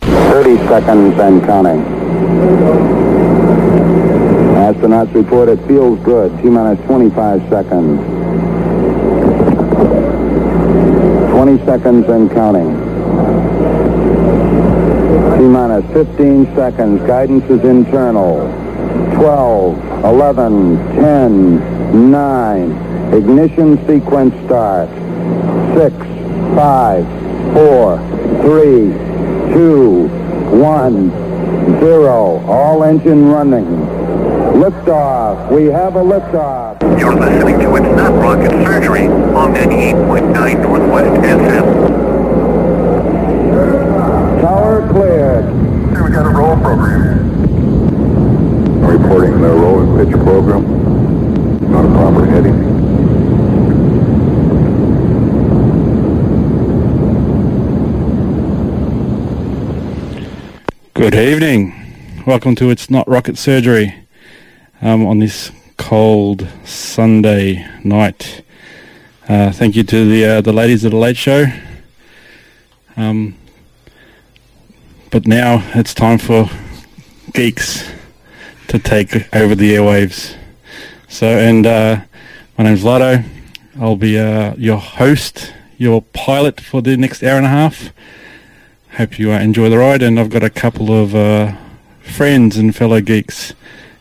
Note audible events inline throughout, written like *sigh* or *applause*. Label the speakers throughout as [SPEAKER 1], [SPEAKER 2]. [SPEAKER 1] 30 seconds and counting. Astronauts report it feels good. T minus 25 seconds. 20 seconds and counting. T minus 15 seconds. Guidance is internal. 12, 11, 10, 9. Ignition sequence start. 6, 5, 4, 3, 2, 1, 0. All engine running. Liftoff. We have a liftoff.
[SPEAKER 2] You're listening to It's Not Rocket Surgery on 98.9 Northwest FM.
[SPEAKER 1] Tower cleared.
[SPEAKER 2] Here we got a roll program.
[SPEAKER 3] Reporting the roll and pitch program. Not a proper heading.
[SPEAKER 4] Good evening. Welcome to It's Not Rocket Surgery um, on this cold Sunday night. Uh, thank you to the uh, the ladies of the Late Show. Um, but now it's time for geeks to take over the airwaves. So, and uh, my name's Lotto. I'll be uh, your host, your pilot for the next hour and a half hope you uh, enjoy the ride. And I've got a couple of uh, friends and fellow geeks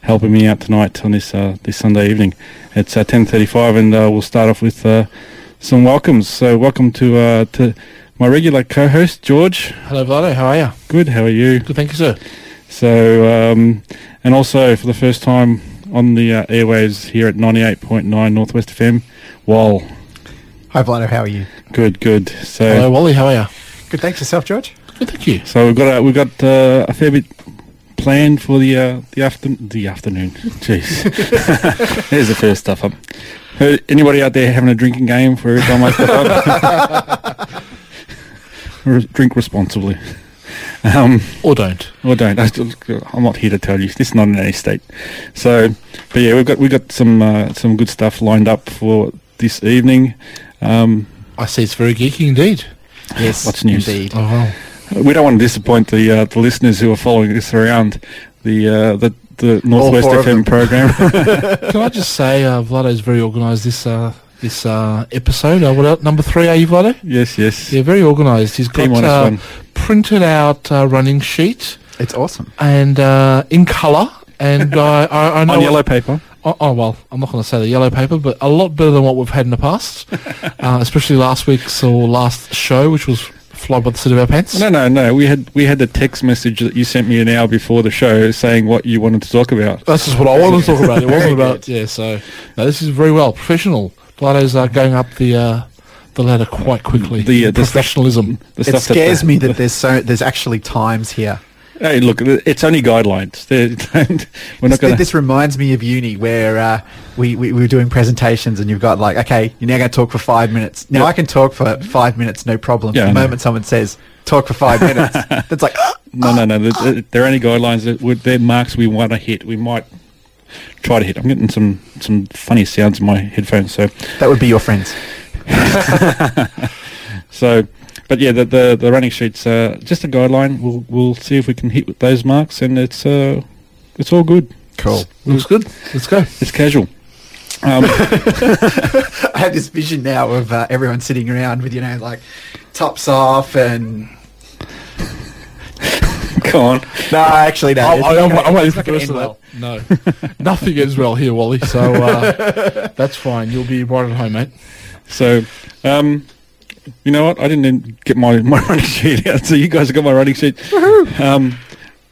[SPEAKER 4] helping me out tonight on this uh, this Sunday evening. It's uh, ten thirty-five, and uh, we'll start off with uh, some welcomes. So, welcome to uh, to my regular co-host George.
[SPEAKER 5] Hello, Vlado. How are you?
[SPEAKER 4] Good, how are you?
[SPEAKER 5] Good, thank you, sir.
[SPEAKER 4] So, um, and also for the first time on the uh, airwaves here at ninety-eight point nine Northwest FM. Wall,
[SPEAKER 6] Hi, Vlado. How are you?
[SPEAKER 4] good, good. So.
[SPEAKER 5] Hello, Wally. How are you?
[SPEAKER 6] Good. Thanks yourself, George.
[SPEAKER 5] Good, thank you.
[SPEAKER 4] So we've got a, we've got uh, a fair bit planned for the uh, the after the afternoon. *laughs* Jeez, *laughs* there's the first stuff up. Uh, Anybody out there having a drinking game for every time I step up? *laughs* Re- Drink responsibly, um,
[SPEAKER 5] Or don't.
[SPEAKER 4] or don't. I still, I'm not here to tell you. This is not in any state. So, but yeah, we've got we've got some uh, some good stuff lined up for this evening. Um,
[SPEAKER 5] I see it's very geeky indeed.
[SPEAKER 6] Yes.
[SPEAKER 4] What's news?
[SPEAKER 6] Indeed.
[SPEAKER 5] Oh, wow.
[SPEAKER 4] We don't want to disappoint the uh, the listeners who are following this around the uh, the the Northwest
[SPEAKER 6] four of
[SPEAKER 4] FM program. *laughs*
[SPEAKER 5] Can I just say, uh, Vlado's very organised this uh, this uh, episode. Uh, what else? Number three, are you, Vlado?
[SPEAKER 4] yes, yes.
[SPEAKER 5] Yeah, very organised. He's
[SPEAKER 4] T
[SPEAKER 5] got
[SPEAKER 4] minus
[SPEAKER 5] uh,
[SPEAKER 4] one.
[SPEAKER 5] printed out uh, running sheet
[SPEAKER 6] It's awesome.
[SPEAKER 5] and uh, in colour. And I, I, I know
[SPEAKER 4] On yellow paper.
[SPEAKER 5] Oh, oh well, I'm not going to say the yellow paper, but a lot better than what we've had in the past, uh, especially last week's or last show, which was flogged by the seat of our pants.
[SPEAKER 4] No, no, no. We had we had the text message that you sent me an hour before the show saying what you wanted to talk about.
[SPEAKER 5] That's just what I wanted to talk about. It wasn't about yeah. So no, this is very well professional. Blado's uh, going up the uh, the ladder quite quickly.
[SPEAKER 4] The, uh, the-
[SPEAKER 5] professionalism.
[SPEAKER 4] The
[SPEAKER 6] It
[SPEAKER 4] stuff
[SPEAKER 6] scares
[SPEAKER 4] that,
[SPEAKER 6] me that there's so there's actually times here.
[SPEAKER 4] Hey, look, it's only guidelines. They're- *laughs* We're
[SPEAKER 6] This,
[SPEAKER 4] not going to.
[SPEAKER 6] this reminds me of uni where uh, we, we we were doing presentations and you've got like okay you're now going to talk for five minutes. Now
[SPEAKER 4] Yeah.
[SPEAKER 6] I can talk for five minutes no problem.
[SPEAKER 4] Yeah, I
[SPEAKER 6] the
[SPEAKER 4] know.
[SPEAKER 6] moment someone says talk for five
[SPEAKER 4] *laughs*
[SPEAKER 6] minutes, that's like *gasps* "Ah,
[SPEAKER 4] No, no, no. They're, they're only guidelines. That would, they're marks we want to hit. We might try to hit. I'm getting some some funny sounds in my headphones. So.
[SPEAKER 6] that would be your
[SPEAKER 4] *laughs*
[SPEAKER 6] friends.
[SPEAKER 4] So, but yeah, the the, the running sheet's uh, just a guideline. We'll we'll see if we can hit with those marks, and it's uh, it's all good.
[SPEAKER 6] Cool.
[SPEAKER 5] Looks good. Let's go.
[SPEAKER 4] It's casual. Um, *laughs*
[SPEAKER 6] I have this vision now of uh, everyone sitting around with you know like tops off and
[SPEAKER 4] come on,
[SPEAKER 6] no actually no.
[SPEAKER 5] I,
[SPEAKER 6] it's
[SPEAKER 5] I,
[SPEAKER 6] not
[SPEAKER 5] I'm,
[SPEAKER 6] gonna-
[SPEAKER 5] I'm waiting
[SPEAKER 6] it's
[SPEAKER 5] for the
[SPEAKER 6] not gonna
[SPEAKER 5] rest of
[SPEAKER 6] end well.
[SPEAKER 5] that. No, *laughs* nothing ends well here, Wally.
[SPEAKER 4] *laughs*
[SPEAKER 5] So uh, that's fine. You'll be right at home, mate.
[SPEAKER 4] so um, you know what? I didn't even get my *laughs* my running sheet out, so you guys have got my running sheet. Um,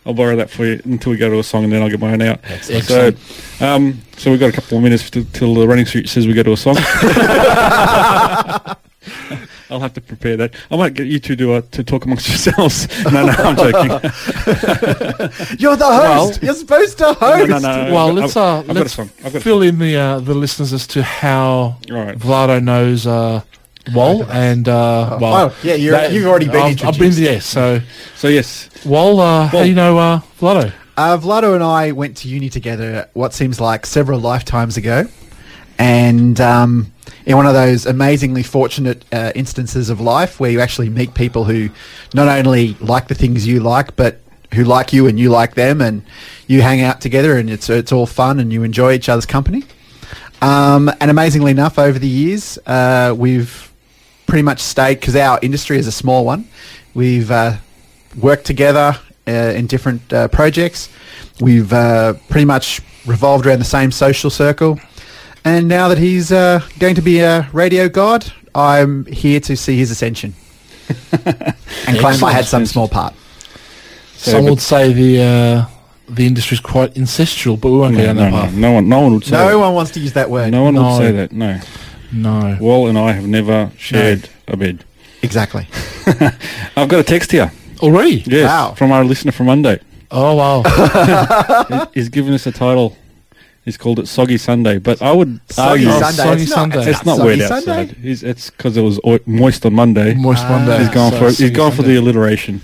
[SPEAKER 4] I'll borrow that for you until we go to a song, and then I'll get my own out.
[SPEAKER 5] Excellent.
[SPEAKER 4] So, um, so we've got a couple of minutes t- till the running sheet says we go to a song. I'll have to prepare that. I might get you two to, uh, to talk amongst *laughs* yourselves. No, no,
[SPEAKER 5] *laughs*
[SPEAKER 4] I'm joking.
[SPEAKER 6] *laughs* You're the host. You're supposed to host.
[SPEAKER 4] No, no, no.
[SPEAKER 5] well,
[SPEAKER 4] I've-
[SPEAKER 5] let's
[SPEAKER 4] I've-
[SPEAKER 5] uh,
[SPEAKER 4] I've got a
[SPEAKER 5] let's
[SPEAKER 4] song. I've got a
[SPEAKER 5] fill in the uh, the listeners as to how
[SPEAKER 4] All right.
[SPEAKER 5] Vlado knows uh, Wall and uh, well,
[SPEAKER 6] oh, yeah, you're- you've already been
[SPEAKER 5] I've, I've been
[SPEAKER 6] introduced.
[SPEAKER 5] there. So
[SPEAKER 4] So yes,
[SPEAKER 5] Wall, uh, how
[SPEAKER 4] Wal.
[SPEAKER 5] do you know uh, Vlado?
[SPEAKER 6] Uh, Vlado and I went to uni together what seems like several lifetimes ago. and um, in one of those amazingly fortunate uh, instances of life where you actually meet people who not only like the things you like, but who like you and you like them, and you hang out together, and it's it's all fun, and you enjoy each other's company. Um, and amazingly enough, over the years, uh, we've pretty much stayed because our industry is a small one. We've uh, worked together uh, in different uh, projects. We've uh, pretty much revolved around the same social circle. And now that he's uh, going to be a radio god, I'm here to see his
[SPEAKER 4] *laughs*
[SPEAKER 6] ascension and claim I had some small part.
[SPEAKER 5] Some would say the uh, the industry's quite incestual, but we won't go
[SPEAKER 4] No,
[SPEAKER 5] down
[SPEAKER 4] no,
[SPEAKER 5] that
[SPEAKER 4] no,
[SPEAKER 5] path.
[SPEAKER 4] no one, no one would say
[SPEAKER 6] No
[SPEAKER 4] that.
[SPEAKER 6] one wants to use that word.
[SPEAKER 4] No one
[SPEAKER 5] No.
[SPEAKER 4] would say that. No.
[SPEAKER 5] No.
[SPEAKER 4] Wall and I have never shared a bed.
[SPEAKER 6] Exactly.
[SPEAKER 4] I've got a text here.
[SPEAKER 5] Already?
[SPEAKER 4] Yes,
[SPEAKER 6] Wow.
[SPEAKER 4] from our listener from Monday.
[SPEAKER 5] Oh wow.
[SPEAKER 4] He's- He's given us a title. He's called it Soggy Sunday, but I would
[SPEAKER 6] Soggy
[SPEAKER 4] argue
[SPEAKER 6] Sunday.
[SPEAKER 5] Soggy
[SPEAKER 6] it's
[SPEAKER 5] Sunday.
[SPEAKER 6] Not,
[SPEAKER 4] Oh, it's not
[SPEAKER 6] Soggy
[SPEAKER 4] weird
[SPEAKER 6] Sunday.
[SPEAKER 4] outside. He's, it's because it was o- moist on Monday.
[SPEAKER 5] Moist
[SPEAKER 4] *laughs*
[SPEAKER 5] Monday.
[SPEAKER 4] He's gone
[SPEAKER 5] So
[SPEAKER 4] for he's
[SPEAKER 5] Soggy
[SPEAKER 4] gone for
[SPEAKER 5] Sunday.
[SPEAKER 4] the alliteration.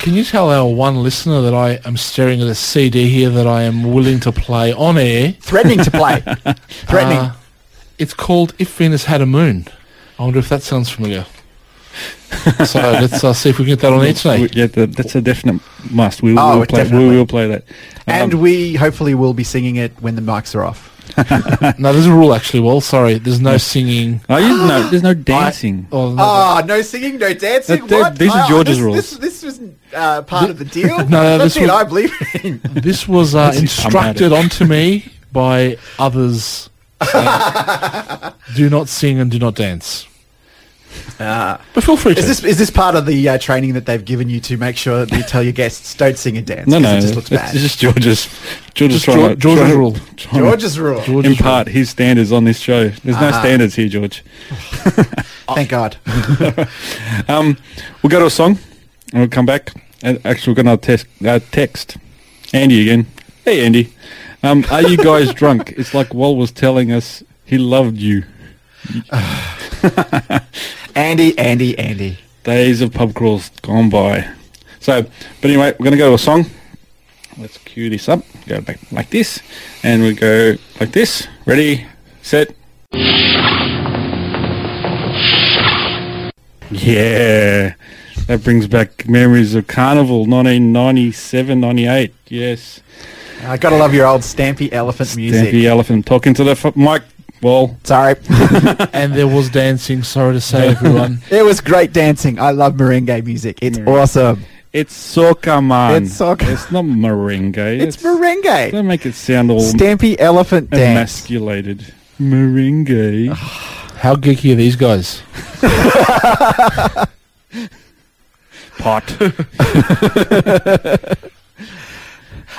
[SPEAKER 5] Can you tell our one listener that I am staring at a CD here that I am willing to play on air?
[SPEAKER 6] Threatening to play.
[SPEAKER 4] *laughs*
[SPEAKER 6] Threatening.
[SPEAKER 5] Uh, it's called If Venus Had a Moon. I wonder if that
[SPEAKER 4] *laughs*
[SPEAKER 5] sounds familiar. so let's uh, see if we can get that on air
[SPEAKER 4] We-
[SPEAKER 5] tonight.
[SPEAKER 4] yeah, that- that's a definite must. We will,
[SPEAKER 6] Oh,
[SPEAKER 4] play.
[SPEAKER 6] definitely.
[SPEAKER 4] We will play that.
[SPEAKER 6] and
[SPEAKER 4] Um,
[SPEAKER 6] we hopefully will be singing it when the mics are off.
[SPEAKER 5] No, there's a rule actually. Well, sorry, there's no singing.
[SPEAKER 4] oh, you
[SPEAKER 6] *gasps*
[SPEAKER 4] no, there's no dancing.
[SPEAKER 5] Oh, no,
[SPEAKER 6] Ah, no singing, no dancing.
[SPEAKER 4] That- that-
[SPEAKER 6] what?
[SPEAKER 4] these are
[SPEAKER 6] Ah,
[SPEAKER 4] George's
[SPEAKER 6] this,
[SPEAKER 4] rules.
[SPEAKER 6] This, this was uh, part of
[SPEAKER 4] *laughs*
[SPEAKER 6] the deal.
[SPEAKER 5] No, no,
[SPEAKER 6] That's
[SPEAKER 5] this
[SPEAKER 6] it.
[SPEAKER 5] was-
[SPEAKER 6] I believe in.
[SPEAKER 5] This was uh,
[SPEAKER 4] This is
[SPEAKER 5] instructed
[SPEAKER 4] traumatic.
[SPEAKER 5] onto *laughs* me by *laughs* others. saying, do not sing and do not dance. but feel free to.
[SPEAKER 6] Ah. Is this is this part of the uh, training that they've given you to make sure that you tell your guests don't sing and dance?
[SPEAKER 4] No,
[SPEAKER 6] 'cause
[SPEAKER 4] no,
[SPEAKER 6] it just looks
[SPEAKER 4] it's
[SPEAKER 6] bad.
[SPEAKER 4] just George's. George's
[SPEAKER 5] Just
[SPEAKER 4] trying
[SPEAKER 5] Geor-
[SPEAKER 4] to
[SPEAKER 5] George's
[SPEAKER 4] trying to-
[SPEAKER 5] rule.
[SPEAKER 4] trying to
[SPEAKER 6] *laughs* George's rule. Uh-huh.
[SPEAKER 5] George's
[SPEAKER 4] impart his standards on this show. There's no standards here, George.
[SPEAKER 6] Oh, Thank God. *laughs*
[SPEAKER 4] Um, we'll go to a song and we'll come back. And actually, we're going to test, uh, text Andy again. Hey, Andy. Um, are you
[SPEAKER 6] *laughs*
[SPEAKER 4] guys drunk? It's like Wal was telling us he loved you.
[SPEAKER 6] Andy, Andy, Andy.
[SPEAKER 4] Days of pub crawls gone by. So, but anyway, we're going to go to a song. Let's cue this up. Go back like this. And we go like this. Ready, set. Yeah. That brings back memories of Carnival 1997 98. Yes.
[SPEAKER 6] I gotta love your old stampy elephant music.
[SPEAKER 4] Dampy Elephant talking to the f- mic.
[SPEAKER 6] *laughs*
[SPEAKER 4] Well, *laughs*
[SPEAKER 6] Sorry,
[SPEAKER 5] and there was dancing. Sorry to say, everyone.
[SPEAKER 6] it was great dancing. I love merengue music. It's awesome.
[SPEAKER 4] it's soca, man.
[SPEAKER 6] It's soca.
[SPEAKER 4] It's not merengue.
[SPEAKER 6] It's merengue.
[SPEAKER 4] Don't make it sound all
[SPEAKER 6] Stampy elephant dance.
[SPEAKER 4] emasculated. Merengue.
[SPEAKER 5] *laughs* How geeky are these guys?
[SPEAKER 6] *laughs*
[SPEAKER 4] Pot.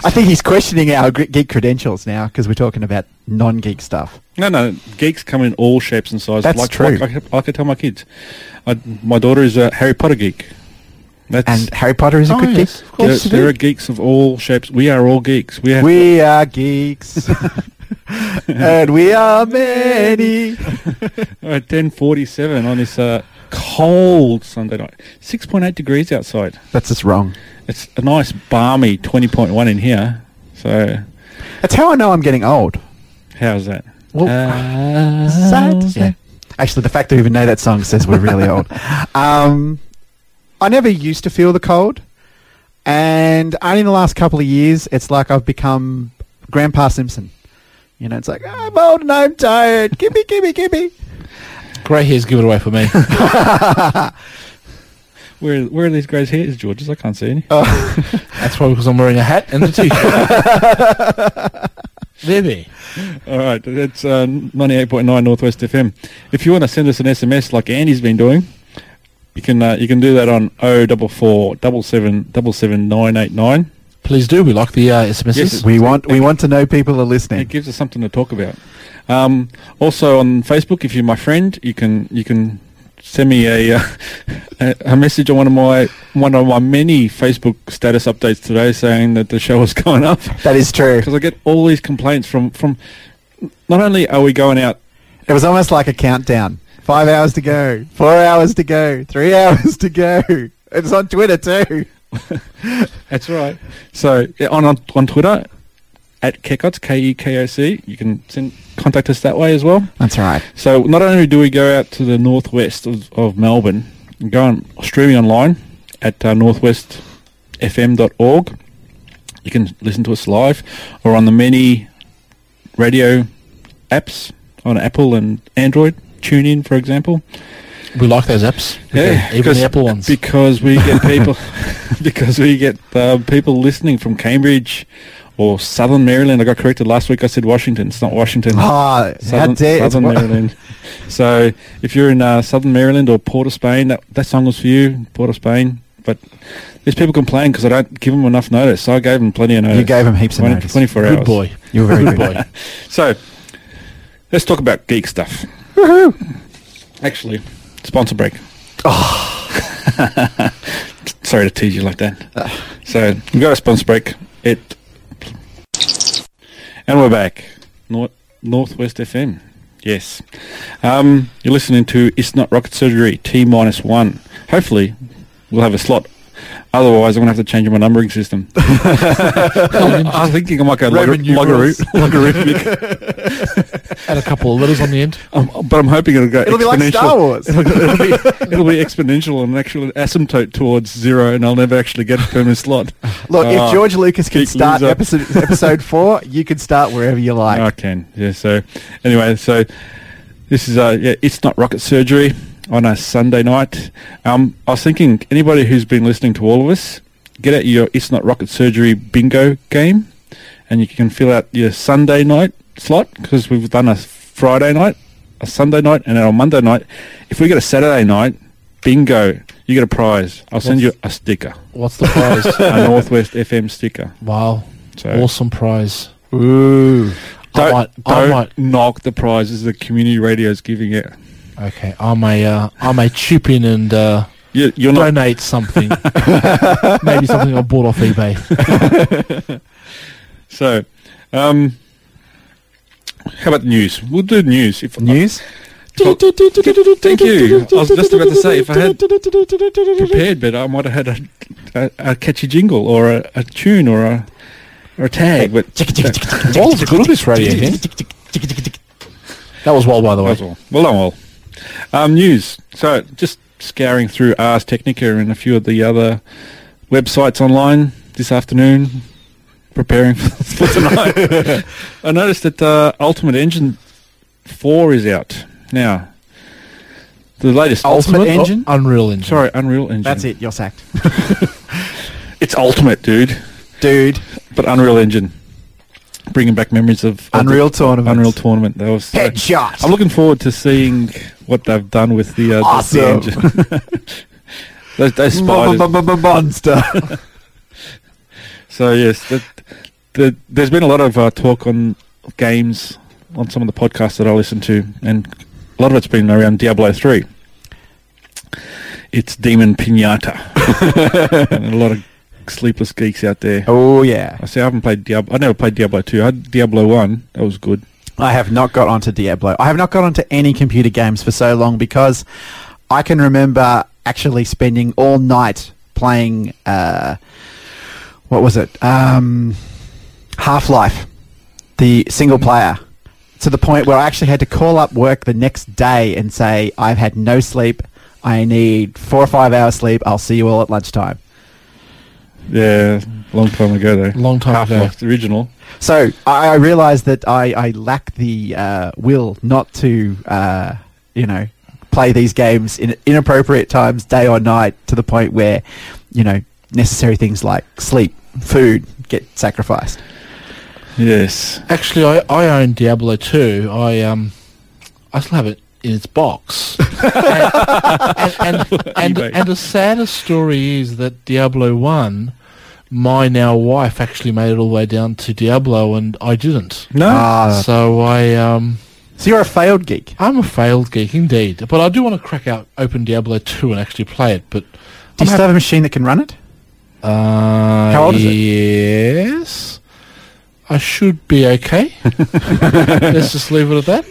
[SPEAKER 6] I think he's questioning our gre- geek credentials now because we're talking about non-geek stuff.
[SPEAKER 4] no, no. Geeks come in all shapes and sizes.
[SPEAKER 6] That's
[SPEAKER 4] like,
[SPEAKER 6] true.
[SPEAKER 4] Like, like I could tell my kids. I, my daughter is a Harry Potter geek. That's, *laughs*
[SPEAKER 6] And Harry Potter is a
[SPEAKER 5] Oh, yes,
[SPEAKER 6] good geek.
[SPEAKER 5] of
[SPEAKER 4] there,
[SPEAKER 5] course
[SPEAKER 6] Yes, it
[SPEAKER 4] there
[SPEAKER 6] is.
[SPEAKER 4] are geeks of all shapes. We are all geeks. We have
[SPEAKER 6] We are geeks, *laughs* and we are
[SPEAKER 5] *laughs*
[SPEAKER 6] many.
[SPEAKER 4] At 10.47 on this uh, cold Sunday night. 6.8 degrees outside.
[SPEAKER 6] That's just wrong.
[SPEAKER 4] It's a nice balmy 20.1 in here. So
[SPEAKER 6] That's how I know I'm getting old.
[SPEAKER 4] how's that?
[SPEAKER 6] Well,
[SPEAKER 4] How's
[SPEAKER 6] Yeah.
[SPEAKER 4] that?
[SPEAKER 6] Actually, the fact that we even know that song says we're *laughs* really old. Um, I never used to feel the cold, and only in the last couple of years, it's like I've become Grandpa Simpson. You know, it's like I'm old and I'm tired. Gimme, gimme, *laughs* gimme.
[SPEAKER 5] Grey hairs give it away for *laughs* me.
[SPEAKER 4] Where, where are these greys' hairs, George's? I can't see any.
[SPEAKER 5] That's probably because I'm wearing a hat and a t-shirt. *laughs* there, there.
[SPEAKER 4] All right, that's uh, 98.9 Northwest FM. If you want to send us an SMS like Andy's been doing, you can uh, you can do that on 044 77989.
[SPEAKER 5] Please do. We like the uh, SMSs.
[SPEAKER 4] Yes,
[SPEAKER 6] We want we want to know people are
[SPEAKER 4] It
[SPEAKER 6] listening.
[SPEAKER 4] gives us something to talk about. Um, also on Facebook, if you're my friend, you can you can send me a, uh, *laughs* a a message on one of my one of my many Facebook status updates today saying that the show is *laughs* going up.
[SPEAKER 6] That is true.
[SPEAKER 4] because I get all these complaints from from. Not only are we going out,
[SPEAKER 6] It was almost like a countdown. Five hours to go. Four hours to go. Three *laughs* hours to go. It's on Twitter too.
[SPEAKER 4] that's right. So yeah, on on, on Twitter, at Kekoc, K E K O C. You can send, contact us that way as well.
[SPEAKER 6] That's right.
[SPEAKER 4] So not only do we go out to the northwest of, of Melbourne, we go on streaming online at uh, northwestfm.org. You can listen to us live or on the many radio apps on Apple and Android. Tune in, for example.
[SPEAKER 5] We like those apps. even
[SPEAKER 4] because-
[SPEAKER 5] the Apple ones.
[SPEAKER 4] Because we
[SPEAKER 6] *laughs*
[SPEAKER 4] get people, *laughs* because we get uh, people listening from Cambridge or Southern Maryland. I got corrected last week. I said Washington. It's not Washington.
[SPEAKER 6] Ah, how
[SPEAKER 4] Southern,
[SPEAKER 6] dare
[SPEAKER 4] Southern
[SPEAKER 6] *laughs*
[SPEAKER 4] Maryland. so if you're in uh, Southern Maryland or Port of Spain, that, that song was for you, Port of Spain. But these people complain because I don't give them enough notice. So I gave them plenty of notice.
[SPEAKER 6] You gave him heaps of
[SPEAKER 4] 20
[SPEAKER 6] notice.
[SPEAKER 4] 24 hours.
[SPEAKER 5] Good boy.
[SPEAKER 6] You were very good.
[SPEAKER 5] Boy.
[SPEAKER 4] So let's talk about geek stuff. Woohoo! Actually, sponsor break. Oh. *laughs* Sorry to tease you like that. So we got a sponsor break. It and we're back. North, Northwest FM. Yes. Um, you're listening to It's Not Rocket Surgery T minus one. Hopefully, we'll have a slot. Otherwise, I'm gonna have to change my numbering system. *laughs* I'm thinking I might go log-
[SPEAKER 6] Roman numerals.
[SPEAKER 4] logarit- logarithmic.
[SPEAKER 5] Add a couple of letters on the end.
[SPEAKER 4] *laughs* Um, but I'm hoping it'll go.
[SPEAKER 6] It'll
[SPEAKER 4] exponential.
[SPEAKER 6] be like Star Wars.
[SPEAKER 4] It'll, it'll
[SPEAKER 6] *laughs*
[SPEAKER 4] be, it'll be exponential and actually asymptote towards zero, and I'll never actually get a permanent slot.
[SPEAKER 6] *laughs* Look,
[SPEAKER 4] Ah,
[SPEAKER 6] if George Lucas can
[SPEAKER 4] geek
[SPEAKER 6] start
[SPEAKER 4] loser.
[SPEAKER 6] episode episode four, you can start wherever you like.
[SPEAKER 4] I can. Ah, Yeah. So, anyway, so this is uh, yeah, it's not rocket surgery on a Sunday night. Um, I was thinking anybody who's been listening to all of us, get out your it's not rocket surgery bingo game, and you can fill out your Sunday night slot because we've done a Friday night, a Sunday night, and a Monday night. If we get a Saturday night, bingo, you get a prize. I'll send you a sticker,
[SPEAKER 5] What's the prize? *laughs*
[SPEAKER 4] a Northwest FM sticker.
[SPEAKER 5] wow.
[SPEAKER 4] So
[SPEAKER 5] Awesome prize.
[SPEAKER 6] Ooh.
[SPEAKER 5] I
[SPEAKER 4] don't,
[SPEAKER 5] might, I
[SPEAKER 4] don't
[SPEAKER 5] might,
[SPEAKER 4] knock the prizes the community radio's giving it.
[SPEAKER 5] okay, I may, uh, I may chip in and uh,
[SPEAKER 4] You, you're not.
[SPEAKER 5] donate something. Maybe something I bought off eBay.
[SPEAKER 4] So, um, how about the news? We'll do news. If
[SPEAKER 6] News?
[SPEAKER 4] Thank you. I was just about to say, if I had prepared better, I might have had a, a, a catchy jingle or a, a tune or a, or a tag. But
[SPEAKER 5] Wall's good at this radio thing. That was Wall, by the way.
[SPEAKER 4] That's all. Well done, all. Um, news. So, just scouring through Ars Technica and a few of the other websites online this afternoon, preparing *laughs* for, for tonight.
[SPEAKER 6] *laughs*
[SPEAKER 4] I noticed that uh, Ultimate Engine 4 is out now. The latest.
[SPEAKER 6] Ultimate
[SPEAKER 5] Oh,
[SPEAKER 6] Engine?
[SPEAKER 5] Unreal Engine.
[SPEAKER 4] Sorry, Unreal Engine.
[SPEAKER 6] That's it. You're sacked.
[SPEAKER 4] It's Ultimate, dude.
[SPEAKER 6] Dude.
[SPEAKER 4] But Unreal Engine. Bringing back memories of, of the
[SPEAKER 6] Unreal tournament.
[SPEAKER 4] Unreal Tournament. That was so-
[SPEAKER 6] Headshot.
[SPEAKER 4] I'm looking forward to seeing what they've done with the, uh, the
[SPEAKER 6] Awesome.
[SPEAKER 4] engine. *laughs* those, those spiders.
[SPEAKER 6] Monster.
[SPEAKER 4] So yes, the, the, there's been a lot of uh, talk on games on some of the podcasts that I listen to, and a lot of it's been around Diablo three. It's Demon Pinata, and a lot of sleepless geeks out there.
[SPEAKER 6] *laughs* oh yeah.
[SPEAKER 4] I see. I haven't played Diablo. I never played Diablo two. I had Diablo one. That was good.
[SPEAKER 6] I have not got onto Diablo. I have not got onto any computer games for so long because I can remember actually spending all night playing. Uh, what was it? Um, Half Life, the single player, to the point where I actually had to call up work the next day and say I've had no sleep. I need four or five hours sleep. I'll see you all at lunchtime.
[SPEAKER 4] Yeah, long time ago though.
[SPEAKER 5] Long time
[SPEAKER 4] Half
[SPEAKER 5] ago.
[SPEAKER 4] Life the original.
[SPEAKER 6] So I, I realised that I, I lack the uh, will not to, uh, you know, play these games in inappropriate times, day or night, to the point where, you know, necessary things like sleep, food get sacrificed.
[SPEAKER 4] Yes.
[SPEAKER 5] Actually, I, I own Diablo 2. I um, I still have it in its box. and, and, and, and,
[SPEAKER 4] eBay.
[SPEAKER 5] and the saddest story is that Diablo 1, my now wife actually made it all the way down to Diablo, and I didn't.
[SPEAKER 4] No.
[SPEAKER 6] Ah,
[SPEAKER 5] So I um,
[SPEAKER 6] so you're a failed geek.
[SPEAKER 5] I'm a failed geek indeed, but I do want to crack out open Diablo 2 and actually play it. But
[SPEAKER 6] Do you still have a machine that can run it?
[SPEAKER 5] uh,
[SPEAKER 6] How old is it?
[SPEAKER 5] Yes, I should be okay.
[SPEAKER 4] *laughs*
[SPEAKER 5] Let's just leave it at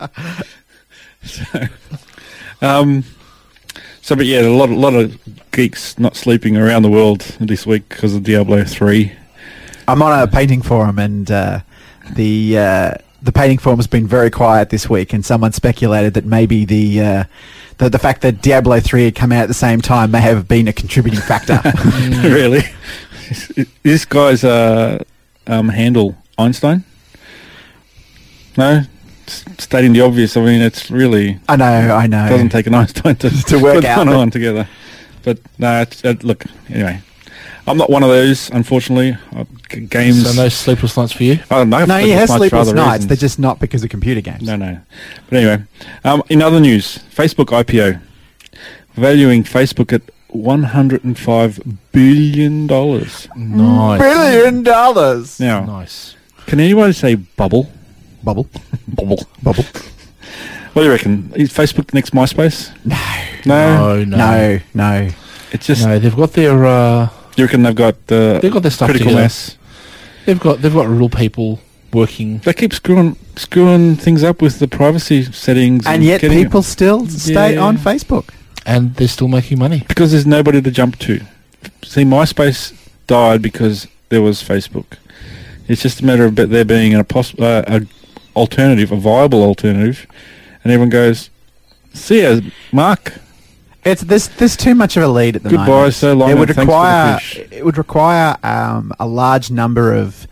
[SPEAKER 5] that.
[SPEAKER 6] *laughs*
[SPEAKER 4] Um, so, but yeah, a lot, a lot of geeks not sleeping around the world this week because of Diablo three.
[SPEAKER 6] I'm on a painting forum, and uh, the uh, the painting forum has been very quiet this week. And someone speculated that maybe the uh, the, the fact that Diablo three had come out at the same time may have been a
[SPEAKER 4] *laughs*
[SPEAKER 6] contributing factor. Mm.
[SPEAKER 4] really. This guy's uh, um, handle Einstein. No, S- stating the obvious. I mean, it's really
[SPEAKER 6] I know, I know.
[SPEAKER 4] doesn't take an Einstein to,
[SPEAKER 6] Oh, *laughs* To work
[SPEAKER 4] put
[SPEAKER 6] out
[SPEAKER 4] one
[SPEAKER 6] that-
[SPEAKER 4] on together. But no, it's, uh, look. Anyway, I'm not one of those. Unfortunately, Uh, g- games.
[SPEAKER 5] So no sleepless nights for you.
[SPEAKER 4] I don't know.
[SPEAKER 6] no,
[SPEAKER 4] but
[SPEAKER 6] he
[SPEAKER 4] it's
[SPEAKER 6] has
[SPEAKER 4] much for
[SPEAKER 6] sleepless
[SPEAKER 4] other
[SPEAKER 6] nights. They're
[SPEAKER 4] reasons.
[SPEAKER 6] just not because of computer games.
[SPEAKER 4] No, no. But anyway, um, in other news, Facebook IPO valuing Facebook at one hundred and five billion dollars.
[SPEAKER 5] Nice.
[SPEAKER 6] Billion dollars.
[SPEAKER 4] Now,
[SPEAKER 5] Nice.
[SPEAKER 4] can anybody say bubble?
[SPEAKER 5] *laughs*
[SPEAKER 6] Bubble,
[SPEAKER 4] Bubble.
[SPEAKER 6] bubble.
[SPEAKER 4] What do you reckon? Is Facebook the next MySpace? No.
[SPEAKER 5] No, no,
[SPEAKER 6] No, no.
[SPEAKER 4] It's just
[SPEAKER 5] No, They've got their uh,
[SPEAKER 4] you reckon they've got uh,
[SPEAKER 5] They've got their stuff
[SPEAKER 4] critical
[SPEAKER 5] together.
[SPEAKER 4] mass.
[SPEAKER 5] they've got they've got real people working.
[SPEAKER 4] They keep screwing screwing things up with the privacy settings,
[SPEAKER 6] And yet
[SPEAKER 4] getting-
[SPEAKER 6] people still stay
[SPEAKER 4] Yeah.
[SPEAKER 6] on Facebook.
[SPEAKER 5] and they're still making money.
[SPEAKER 4] because there's nobody to jump to. See, MySpace died because there was Facebook. It's just a matter of there being an poss- uh, a alternative, a viable alternative, and everyone goes, "See ya, Mark."
[SPEAKER 6] It's there's there's too much of a lead at the
[SPEAKER 4] Goodbye,
[SPEAKER 6] moment.
[SPEAKER 4] so long
[SPEAKER 6] It would
[SPEAKER 4] and thanks for the
[SPEAKER 6] require
[SPEAKER 4] fish.
[SPEAKER 6] it would require um, a large number of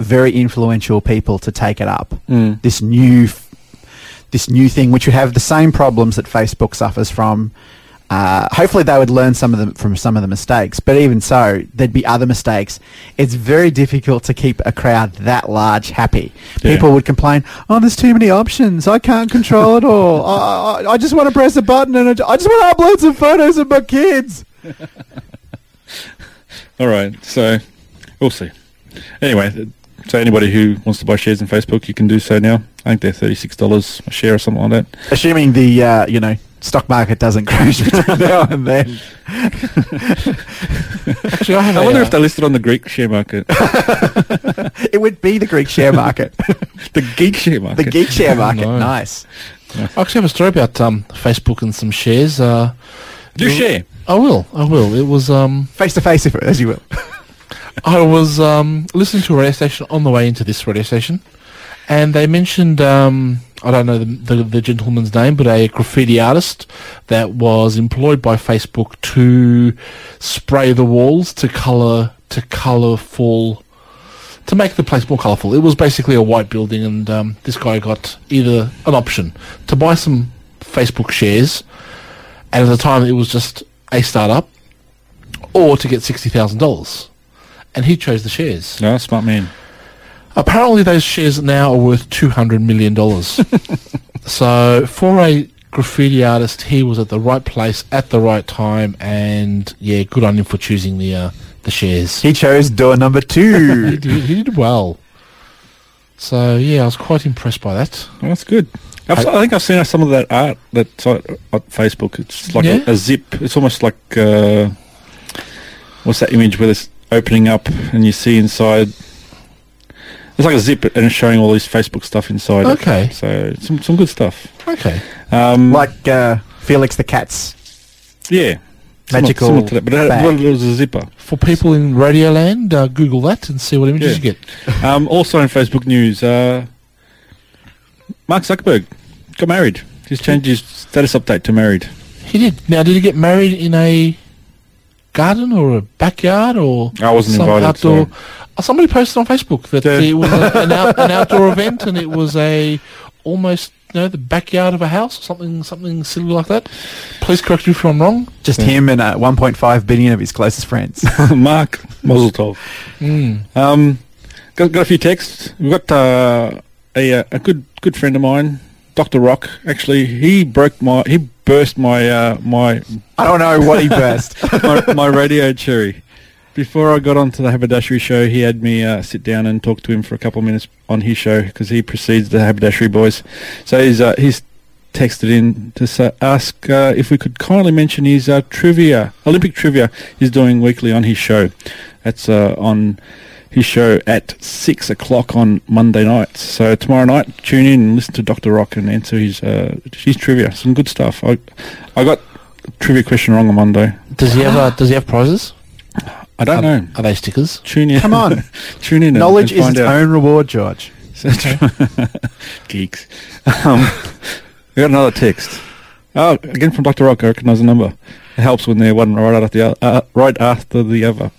[SPEAKER 6] very influential people to take it up.
[SPEAKER 4] Mm.
[SPEAKER 6] This new f- this new thing, which would have the same problems that Facebook suffers from. Uh, hopefully, they would learn some of them from some of the mistakes. But even so, there'd be other mistakes. It's very difficult to keep a crowd that large happy.
[SPEAKER 4] Yeah.
[SPEAKER 6] People would complain, "Oh, there's too many options. I can't control it all. I, I, I just want to press a button and I, ju- I just want to upload some photos of my kids."
[SPEAKER 4] All right, so we'll see. Anyway, th- so anybody who wants to buy shares in Facebook, you can do so now. I think they're thirty-six dollars a share or something like that.
[SPEAKER 6] Assuming the uh, you know stock market doesn't *laughs* crash between now and then.
[SPEAKER 5] Actually, I
[SPEAKER 4] *laughs*
[SPEAKER 5] have.
[SPEAKER 4] I
[SPEAKER 5] a,
[SPEAKER 4] wonder
[SPEAKER 5] uh,
[SPEAKER 4] if they're listed on the Greek share market,
[SPEAKER 6] *laughs*
[SPEAKER 4] *laughs*
[SPEAKER 6] It would be the Greek share market, *laughs*
[SPEAKER 4] the geek share market.
[SPEAKER 6] the geek share
[SPEAKER 4] *laughs*
[SPEAKER 6] market.
[SPEAKER 5] No.
[SPEAKER 6] Nice.
[SPEAKER 5] I actually have a story about um, Facebook and some shares. Uh,
[SPEAKER 4] do share.
[SPEAKER 5] I will. I will. It was. Um,
[SPEAKER 6] Face to face, if as you will.
[SPEAKER 5] I was um, listening to a radio station on the way into this radio station, and they mentioned um, I don't know the, the, the gentleman's name, but a graffiti artist that was employed by Facebook to spray the walls to color to colorful to make the place more colorful. It was basically a white building, and um, this guy got either an option to buy some Facebook shares, and at the time it was just a startup, or to get sixty thousand dollars. And he chose the shares.
[SPEAKER 4] No, Ah, smart man.
[SPEAKER 5] Apparently, those shares now are worth two hundred million dollars. so, for a graffiti artist, he was at the right place at the right time, and yeah, good on him for choosing the uh, the shares. He
[SPEAKER 6] He chose door
[SPEAKER 4] *laughs*
[SPEAKER 6] number two.
[SPEAKER 5] did, he did well. So yeah, I was quite impressed by that.
[SPEAKER 4] Well, that's good. I've, si
[SPEAKER 5] I-
[SPEAKER 4] think I've seen some of that art that's on on Facebook. It's like
[SPEAKER 5] Yeah?
[SPEAKER 4] a, a zip. It's almost like uh, what's that image where it's opening up and you see inside. It's like a zip and it's showing all this Facebook stuff inside. it.
[SPEAKER 5] Okay.
[SPEAKER 4] So some some good stuff.
[SPEAKER 5] Okay,
[SPEAKER 4] Um,
[SPEAKER 6] like uh, Felix the Cat's
[SPEAKER 4] yeah, Similar-
[SPEAKER 6] magical
[SPEAKER 4] similar to that, but it, had,
[SPEAKER 6] bag.
[SPEAKER 4] well, it was a zipper.
[SPEAKER 5] for people in Radio Land, uh, Google that and see what images
[SPEAKER 4] Yeah.
[SPEAKER 5] you get.
[SPEAKER 4] um, also in Facebook news, uh, Mark Zuckerberg got married. He's changed his status update to married.
[SPEAKER 5] He did. Now, did he get married in a garden or a backyard or?
[SPEAKER 4] I wasn't
[SPEAKER 5] some
[SPEAKER 4] invited,
[SPEAKER 5] Outdoor,
[SPEAKER 4] so-
[SPEAKER 5] Uh, Somebody posted on Facebook that
[SPEAKER 4] Yeah. *laughs*
[SPEAKER 5] it was a, an, out, an outdoor event and it was a almost you know the backyard of a house or something something silly like that. Please correct me if I'm wrong.
[SPEAKER 6] Just him and uh, 1.5 billion of his
[SPEAKER 4] *laughs*
[SPEAKER 6] closest friends.
[SPEAKER 4] Mark Mozeltov. Um, got, got a few texts. We've got uh, a uh, a good good friend of mine, Doctor Rock. Actually, he broke my he burst my uh, my,
[SPEAKER 6] I don't know what
[SPEAKER 4] *laughs*
[SPEAKER 6] he burst.
[SPEAKER 4] my my radio cherry. Before I got onto the Haberdashery show, he had me uh, sit down and talk to him for a couple of minutes on his show because he precedes the Haberdashery boys. So he's uh, he's texted in to sa ask uh, if we could kindly mention his uh, trivia, Olympic trivia, he's doing weekly on his show. That's uh, on his show at six o'clock on Monday nights. So tomorrow night, tune in and listen to Doctor Rock and answer his uh, his trivia. Some good stuff. I I got a trivia question wrong on Monday.
[SPEAKER 5] Ah. Does he have uh, Does he have prizes?
[SPEAKER 4] I don't know.
[SPEAKER 5] Are they stickers?
[SPEAKER 4] Tune in.
[SPEAKER 6] Um, Come on.
[SPEAKER 4] *laughs* Tune in. and-
[SPEAKER 6] Knowledge
[SPEAKER 4] and
[SPEAKER 6] is
[SPEAKER 4] find
[SPEAKER 6] its
[SPEAKER 4] out.
[SPEAKER 6] own reward, George.
[SPEAKER 4] *laughs* Geeks. Um,
[SPEAKER 6] *laughs*
[SPEAKER 4] we got another text. Oh, again from Dr. Rock. I recognise the number. It helps when they're one right after the other. Uh, right after the other.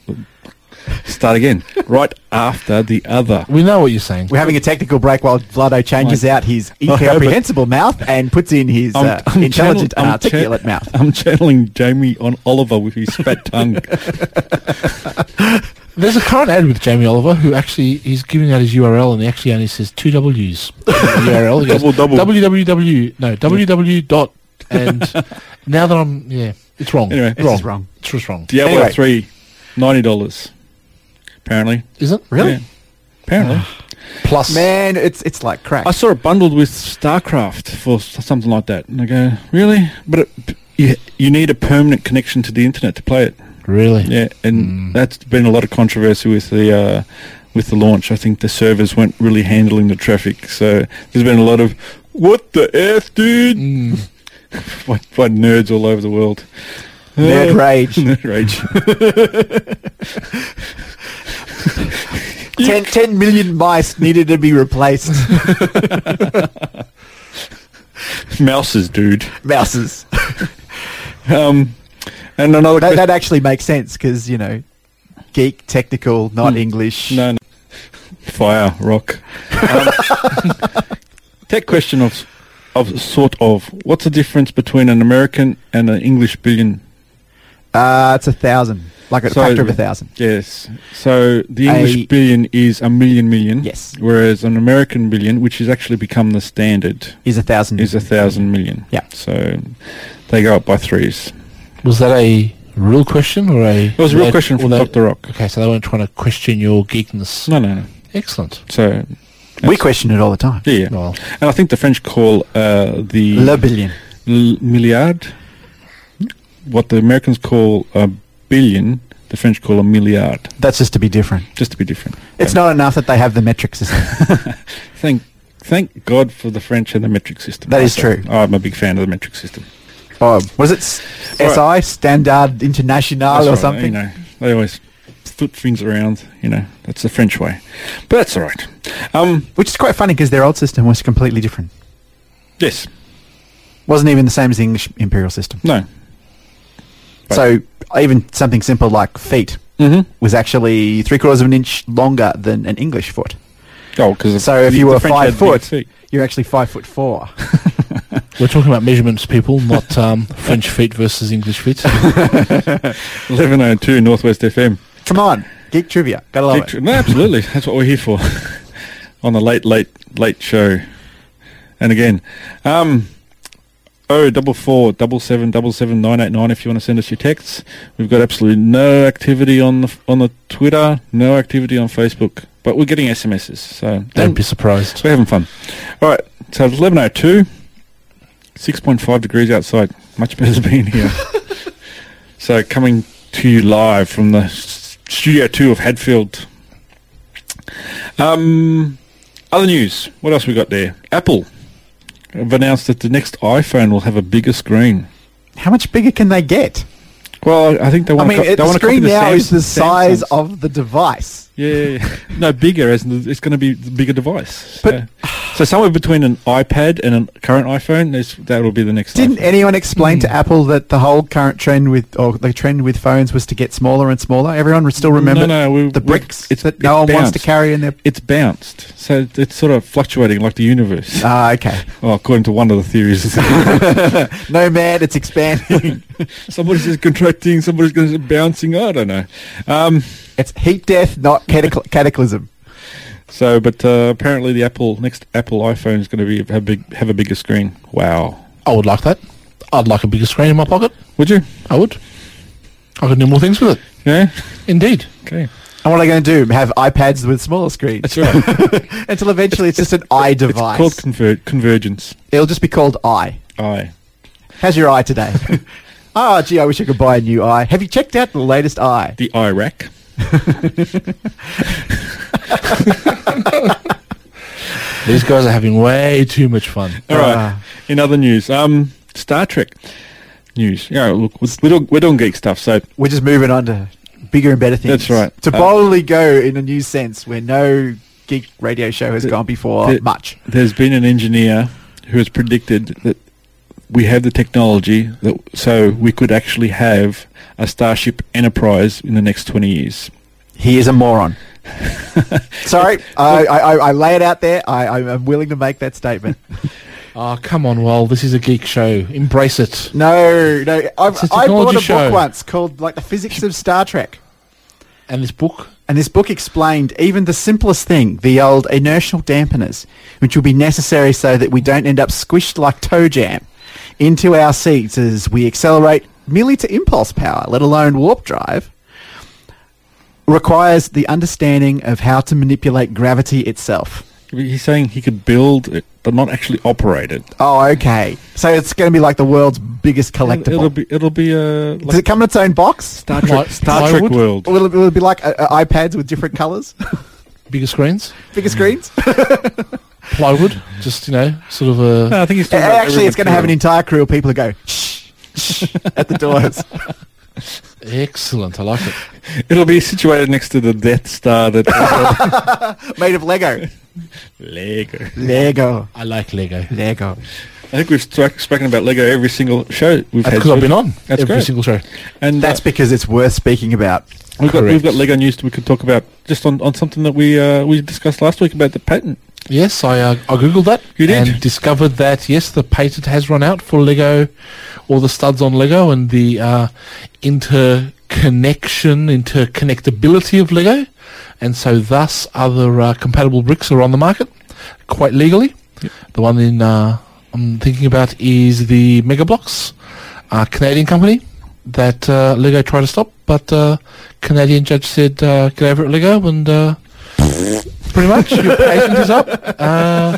[SPEAKER 4] Start
[SPEAKER 6] *laughs*
[SPEAKER 4] again. right after the other.
[SPEAKER 5] We know what you're saying.
[SPEAKER 6] We're having a technical break while Vlado changes
[SPEAKER 4] *laughs*
[SPEAKER 6] out his
[SPEAKER 4] Herbert.
[SPEAKER 6] incomprehensible mouth and puts in his uh, intelligent,
[SPEAKER 4] channel- I'm
[SPEAKER 6] articulate
[SPEAKER 4] chan-
[SPEAKER 6] mouth.
[SPEAKER 4] I'm channeling Jamie on Oliver with his
[SPEAKER 6] *laughs*
[SPEAKER 4] fat tongue.
[SPEAKER 5] There's a current ad with Jamie Oliver who actually he's giving out his URL and he actually only says two W's. in the URL He goes,
[SPEAKER 4] Double, *laughs* double.
[SPEAKER 5] www no www dot
[SPEAKER 4] *laughs*
[SPEAKER 5] and now that I'm yeah it's wrong
[SPEAKER 4] Anyway.
[SPEAKER 5] it's
[SPEAKER 6] This
[SPEAKER 5] wrong.
[SPEAKER 6] is wrong.
[SPEAKER 5] it's just wrong
[SPEAKER 4] Diablo
[SPEAKER 6] Anyway.
[SPEAKER 4] 3, $90, apparently.
[SPEAKER 5] is it
[SPEAKER 6] Really? Ah.
[SPEAKER 4] Yeah. Apparently.
[SPEAKER 5] plus
[SPEAKER 6] Man, it's it's like crack.
[SPEAKER 4] I saw it bundled with StarCraft for s- something like that, and I go, really? But it, you you need a permanent connection to the internet to play it.
[SPEAKER 5] really
[SPEAKER 4] Yeah, and that's been a lot of controversy with the uh, with the launch. I think the servers weren't really handling the traffic, so there's been a lot of what the f, dude, *laughs*
[SPEAKER 5] Mm.
[SPEAKER 4] by, by nerds all over the world.
[SPEAKER 6] Nerd
[SPEAKER 4] Uh, *laughs*
[SPEAKER 6] rage.
[SPEAKER 4] Nerd rage.
[SPEAKER 6] Ten, 10 million mice needed to be replaced.
[SPEAKER 4] *laughs* Mouses, dude.
[SPEAKER 6] Mouses.
[SPEAKER 4] Um, and another *laughs*
[SPEAKER 6] That, that actually makes sense because, you know, geek, technical, not English.
[SPEAKER 4] Hmm. No, no. Fire, rock. Um, *laughs* tech question of, of sort of. What's the difference between an American and an English billion?
[SPEAKER 6] Uh, it's a thousand, like a
[SPEAKER 4] So-
[SPEAKER 6] factor of a thousand.
[SPEAKER 4] Yes. So the
[SPEAKER 6] A-
[SPEAKER 4] English billion is a million million.
[SPEAKER 6] Yes.
[SPEAKER 4] Whereas an American billion, which has actually become the standard,
[SPEAKER 6] Is a thousand.
[SPEAKER 4] is a thousand million.
[SPEAKER 6] Mm-hmm. Yeah.
[SPEAKER 4] So they go up by threes.
[SPEAKER 5] was that a real question or a
[SPEAKER 4] It was a real
[SPEAKER 5] or
[SPEAKER 4] question
[SPEAKER 5] or
[SPEAKER 4] from
[SPEAKER 5] they-
[SPEAKER 4] Dr. Rock.
[SPEAKER 5] okay so they weren't trying to question your geekness
[SPEAKER 4] No, no, no.
[SPEAKER 5] excellent
[SPEAKER 4] So,
[SPEAKER 6] we question it all the time.
[SPEAKER 4] yeah. yeah.
[SPEAKER 5] well
[SPEAKER 4] And I think the French call uh, the...
[SPEAKER 6] Le billion.
[SPEAKER 4] l- milliard. What the Americans call a billion, the French call a milliard,
[SPEAKER 6] That's just to be different.
[SPEAKER 4] just to be different.
[SPEAKER 6] It's not enough that they have the metric
[SPEAKER 4] *laughs*
[SPEAKER 6] system.
[SPEAKER 4] Thank, thank God for the French and the metric system.
[SPEAKER 6] That
[SPEAKER 4] I
[SPEAKER 6] is
[SPEAKER 4] say.
[SPEAKER 6] true.
[SPEAKER 4] I'm a big fan of the metric system.
[SPEAKER 6] Oh, was it S-
[SPEAKER 4] All
[SPEAKER 6] SI, Standard International
[SPEAKER 4] That's
[SPEAKER 6] or
[SPEAKER 4] right, You
[SPEAKER 6] something?
[SPEAKER 4] know, they always flip things around. You know, that's the French way. But that's all right. Um,
[SPEAKER 6] Which is quite funny because their old system was completely different.
[SPEAKER 4] yes.
[SPEAKER 6] Wasn't even the same as the English imperial system.
[SPEAKER 4] No.
[SPEAKER 6] So even something simple like feet
[SPEAKER 4] Mm-hmm.
[SPEAKER 6] was actually three quarters of an inch longer than an English foot.
[SPEAKER 4] Oh, because
[SPEAKER 6] So if you were five foot-
[SPEAKER 4] feet.
[SPEAKER 6] You're actually five foot four. *laughs*
[SPEAKER 5] we're talking about measurements people not um, French feet versus English feet
[SPEAKER 4] *laughs* 1102 Northwest FM.
[SPEAKER 6] Come on, geek trivia. Gotta love
[SPEAKER 4] Victor- No, absolutely. That's what we're here for on the late, late, late show. And again, um, oh double four double seven double seven nine eight nine. If you want to send us your texts, we've got absolutely no activity on the on the Twitter, no activity on Facebook, but we're getting SMSs. So
[SPEAKER 5] don't
[SPEAKER 4] and
[SPEAKER 5] be surprised
[SPEAKER 4] we're having fun. All right. So it's eleven oh two. Six point five degrees outside. Much better than being
[SPEAKER 6] *laughs*
[SPEAKER 4] here. so coming to you live from the s- studio two of Hadfield. Um, other news. What else we got there? Apple have announced that the next iPhone will have a bigger screen.
[SPEAKER 6] it. How much bigger can they get?
[SPEAKER 4] Well, I think they
[SPEAKER 6] I
[SPEAKER 4] want.
[SPEAKER 6] mean,
[SPEAKER 4] to
[SPEAKER 6] it,
[SPEAKER 4] they
[SPEAKER 6] the
[SPEAKER 4] want to copy
[SPEAKER 6] screen
[SPEAKER 4] the
[SPEAKER 6] now
[SPEAKER 4] Sam-
[SPEAKER 6] is the size
[SPEAKER 4] Samsung's.
[SPEAKER 6] of the device.
[SPEAKER 4] Yeah, yeah, yeah. *laughs* no bigger as in it's going to be the bigger device. So,
[SPEAKER 6] But-
[SPEAKER 4] so somewhere between an iPad and a current iPhone, there's- that'll be the next.
[SPEAKER 6] Didn't
[SPEAKER 4] iPhone.
[SPEAKER 6] anyone explain to Apple that the whole current trend with or the trend with phones was to get smaller and smaller? Everyone still remember
[SPEAKER 4] no, we-
[SPEAKER 6] the
[SPEAKER 4] we-
[SPEAKER 6] bricks
[SPEAKER 4] it's-
[SPEAKER 6] that
[SPEAKER 4] it's
[SPEAKER 6] no one wants to
[SPEAKER 4] bounced.
[SPEAKER 6] carry in their.
[SPEAKER 4] It's bounced, so it's sort of fluctuating like the universe.
[SPEAKER 6] Ah, okay.
[SPEAKER 4] Oh, according to one of the theories, *laughs*
[SPEAKER 6] *laughs* No man, it's *laughs* expanding.
[SPEAKER 4] somebody's just contracting, somebody's going to bouncing. I don't know. Um,
[SPEAKER 6] it's heat death, not catacly- cataclysm.
[SPEAKER 4] so, but uh, apparently the Apple next Apple iPhone is going to be have big have a bigger screen. Wow,
[SPEAKER 5] I would like that I'd like a bigger screen in my pocket
[SPEAKER 4] would you?
[SPEAKER 5] I would I could do more things with it
[SPEAKER 4] Yeah. *laughs*
[SPEAKER 5] indeed
[SPEAKER 4] Okay.
[SPEAKER 6] And what are they going to do? Have iPads with smaller screens?
[SPEAKER 4] That's right.
[SPEAKER 6] *laughs* Until eventually it's, just an eye
[SPEAKER 4] it's
[SPEAKER 6] device.
[SPEAKER 4] called conver- convergence.
[SPEAKER 6] It'll just be called eye.
[SPEAKER 4] Aye.
[SPEAKER 6] How's your eye today?
[SPEAKER 4] *laughs*
[SPEAKER 6] Ah, gee, I wish I could buy a new eye. Have you checked out the latest eye?
[SPEAKER 4] The Iraq.
[SPEAKER 5] these guys are having way too much fun
[SPEAKER 4] All right.
[SPEAKER 6] Ah.
[SPEAKER 4] In other news, um, Star Trek news. Yeah, look, we're, we're doing, we're doing geek stuff. So
[SPEAKER 6] We're just moving on to bigger and better things.
[SPEAKER 4] That's right.
[SPEAKER 6] To
[SPEAKER 4] Uh,
[SPEAKER 6] boldly go in a new sense where no geek radio show has
[SPEAKER 4] The-
[SPEAKER 6] gone before
[SPEAKER 4] the-
[SPEAKER 6] much.
[SPEAKER 4] There's been an engineer who has predicted that we have the technology that so we could actually have a Starship Enterprise in the next 20 years.
[SPEAKER 6] He is a
[SPEAKER 4] *laughs*
[SPEAKER 6] moron. Sorry, I, I, I- I lay it out there. I, I'm- I'm willing to make that
[SPEAKER 4] *laughs*
[SPEAKER 6] statement.
[SPEAKER 5] Oh, come on, Wal. This is a geek show. Embrace it.
[SPEAKER 6] No, no. I've,
[SPEAKER 5] It's a
[SPEAKER 6] I bought
[SPEAKER 5] technology
[SPEAKER 6] a
[SPEAKER 5] show.
[SPEAKER 6] book once called like the physics of Star Trek,
[SPEAKER 5] And this book?
[SPEAKER 6] and this book explained even the simplest thing, the old inertial dampeners, which will be necessary so that we don't end up squished like toe jam into our seats as we accelerate merely to impulse power, let alone warp drive. Requires the understanding of how to manipulate gravity itself.
[SPEAKER 4] He's saying he could build it, but not actually operate it.
[SPEAKER 6] Oh, okay. So it's going to be like the world's biggest collectible.
[SPEAKER 4] It'll be it'll be a
[SPEAKER 6] Does
[SPEAKER 4] like
[SPEAKER 6] it come in its own box?
[SPEAKER 4] Star Trek,
[SPEAKER 5] Ply-
[SPEAKER 4] Star Trek
[SPEAKER 5] plywood?
[SPEAKER 4] world.
[SPEAKER 6] Will it, will it be like uh, uh, iPads with different colours,
[SPEAKER 5] Bigger screens?
[SPEAKER 6] *laughs* bigger screens?
[SPEAKER 5] *laughs* Plywood? Just, you know, sort of a. *laughs*
[SPEAKER 4] No, I think he's talking about
[SPEAKER 6] Actually,
[SPEAKER 4] every
[SPEAKER 6] it's going to have an
[SPEAKER 4] material.
[SPEAKER 6] entire crew of people who go shh, shh at *laughs* the doors.
[SPEAKER 5] Excellent. I like it.
[SPEAKER 4] It'll be situated next to the Death Star
[SPEAKER 6] *laughs*
[SPEAKER 4] that
[SPEAKER 6] Made of Lego.
[SPEAKER 4] Lego.
[SPEAKER 6] Lego.
[SPEAKER 5] I like Lego.
[SPEAKER 6] Lego.
[SPEAKER 4] I think we've struck, spoken about Lego every single show we've
[SPEAKER 5] That's
[SPEAKER 4] had.
[SPEAKER 5] because I've been on
[SPEAKER 4] That's
[SPEAKER 5] every
[SPEAKER 4] great.
[SPEAKER 5] single show.
[SPEAKER 4] and
[SPEAKER 6] That's
[SPEAKER 4] that's
[SPEAKER 6] because it's worth speaking about.
[SPEAKER 4] we've got we've
[SPEAKER 5] correct.
[SPEAKER 4] got Lego news we could talk about just on, on something that we uh, we discussed last week about the patent.
[SPEAKER 5] Yes, I uh, I googled that.
[SPEAKER 4] You did?
[SPEAKER 5] and discovered that yes, the patent has run out for Lego, all the studs on Lego and the uh, interconnection, interconnectability of Lego, and so thus other uh, compatible bricks are on the market quite legally. The one in uh, I'm thinking about is the Mega Blocks, uh, Canadian company that uh, Lego tried to stop, but uh, Canadian judge said uh, get over it, Lego, and. Uh, pretty much. Your patent is up. Uh,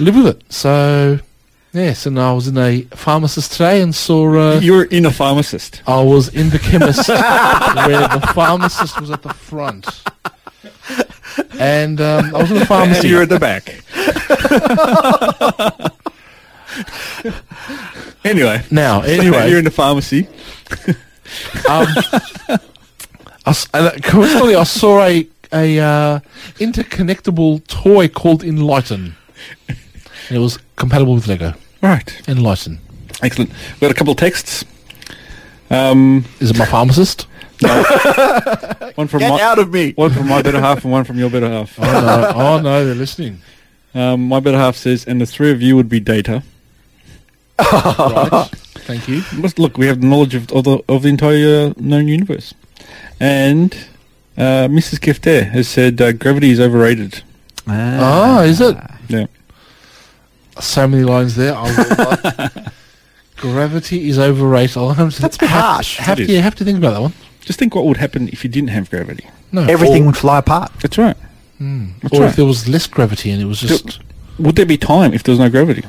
[SPEAKER 5] live with it. So, yes, and I was in a pharmacist today and saw. Uh,
[SPEAKER 4] You're in a pharmacist.
[SPEAKER 5] I was in the chemist where the pharmacist was at the front. And um, I was in the
[SPEAKER 4] And
[SPEAKER 5] pharmacy.
[SPEAKER 4] you're at the
[SPEAKER 5] *laughs*
[SPEAKER 4] back. anyway,
[SPEAKER 5] now, anyway.
[SPEAKER 4] you're in the pharmacy.
[SPEAKER 5] um, I s- and, uh, coincidentally, I saw a a uh, interconnectable toy called Enlighten. And it was compatible with Lego.
[SPEAKER 4] Right.
[SPEAKER 5] Enlighten.
[SPEAKER 4] Excellent. We've got a couple of texts. Um,
[SPEAKER 5] Is it my pharmacist?
[SPEAKER 4] one from
[SPEAKER 6] Get
[SPEAKER 4] my,
[SPEAKER 6] out of me.
[SPEAKER 4] one from my better half and one from your better half.
[SPEAKER 5] Oh no! Oh no! They're listening.
[SPEAKER 4] Um, my better half says, and the three of you would be data.
[SPEAKER 5] Right. Thank you.
[SPEAKER 4] Must- Look, we have the knowledge of, of, the, of the entire uh, known universe. And uh, Mrs. Kifter has said uh, gravity is overrated.
[SPEAKER 5] Ah, is it?
[SPEAKER 4] Yeah.
[SPEAKER 5] So many lines there. I will, uh, *laughs* gravity is overrated. I'll have to,
[SPEAKER 6] That's a bit harsh.
[SPEAKER 5] Have,
[SPEAKER 4] It
[SPEAKER 5] to-
[SPEAKER 4] is.
[SPEAKER 5] you have to think about that one.
[SPEAKER 4] Just think what would happen if you didn't have gravity.
[SPEAKER 5] No.
[SPEAKER 6] Everything would fly apart.
[SPEAKER 4] That's right. That's
[SPEAKER 5] Or, or
[SPEAKER 4] right.
[SPEAKER 5] if there was less gravity and it was just.
[SPEAKER 4] would there be time if there was no gravity?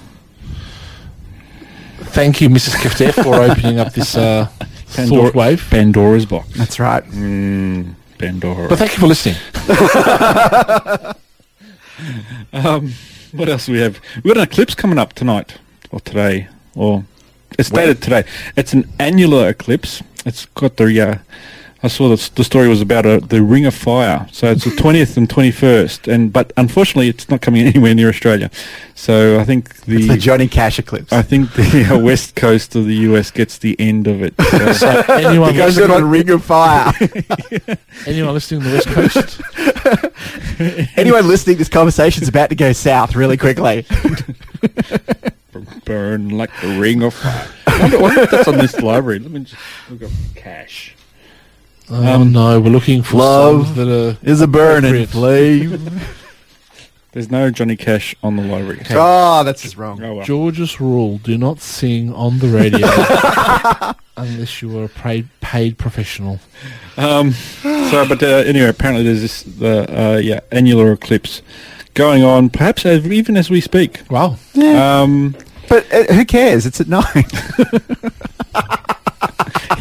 [SPEAKER 5] Thank you, Mrs. Kifter, for opening up this uh, *laughs* thought wave.
[SPEAKER 4] Pandora's box.
[SPEAKER 6] That's right.
[SPEAKER 4] Pandora.
[SPEAKER 5] But thank you for listening.
[SPEAKER 4] Um, what else do we have? We've got an eclipse coming up tonight, or today, or it's stated today. It's an annular eclipse. It's got the. Uh, I saw this, the story was about uh the Ring of Fire. So
[SPEAKER 6] *laughs*
[SPEAKER 4] it's the twentieth and twenty-first, and but unfortunately, it's not coming *laughs* anywhere near Australia. So I think the.
[SPEAKER 6] It's the Johnny Cash eclipse.
[SPEAKER 4] I think the
[SPEAKER 6] *laughs*
[SPEAKER 4] uh, west coast of the US gets the end of it. So,
[SPEAKER 5] *laughs* *laughs*
[SPEAKER 6] *laughs*
[SPEAKER 5] Anyone,
[SPEAKER 6] Goes
[SPEAKER 5] listening,
[SPEAKER 6] on Ring of *laughs* Fire.
[SPEAKER 5] anyone listening to the West *laughs* Coast,
[SPEAKER 6] Anyone listening, this conversation's about to go south really quickly.
[SPEAKER 4] burn like the Ring of Fire. I wonder, I wonder
[SPEAKER 6] *laughs*
[SPEAKER 4] if that's on this library. Let me just look up cash.
[SPEAKER 5] oh no, we're looking for
[SPEAKER 6] Love.
[SPEAKER 5] songs that are.
[SPEAKER 6] Is a burning
[SPEAKER 5] Appropriate.
[SPEAKER 6] flame.
[SPEAKER 4] There's no Johnny Cash on the library.
[SPEAKER 6] Oh, that's just wrong.
[SPEAKER 4] Oh, well.
[SPEAKER 5] George's rule: do not sing on the *laughs* radio unless you are a paid, paid professional.
[SPEAKER 4] Um, so, but uh, anyway, apparently there's this the uh, yeah annular eclipse going on, perhaps as, even as we speak.
[SPEAKER 5] Wow.
[SPEAKER 4] Um,
[SPEAKER 6] But uh, who cares? It's at nine.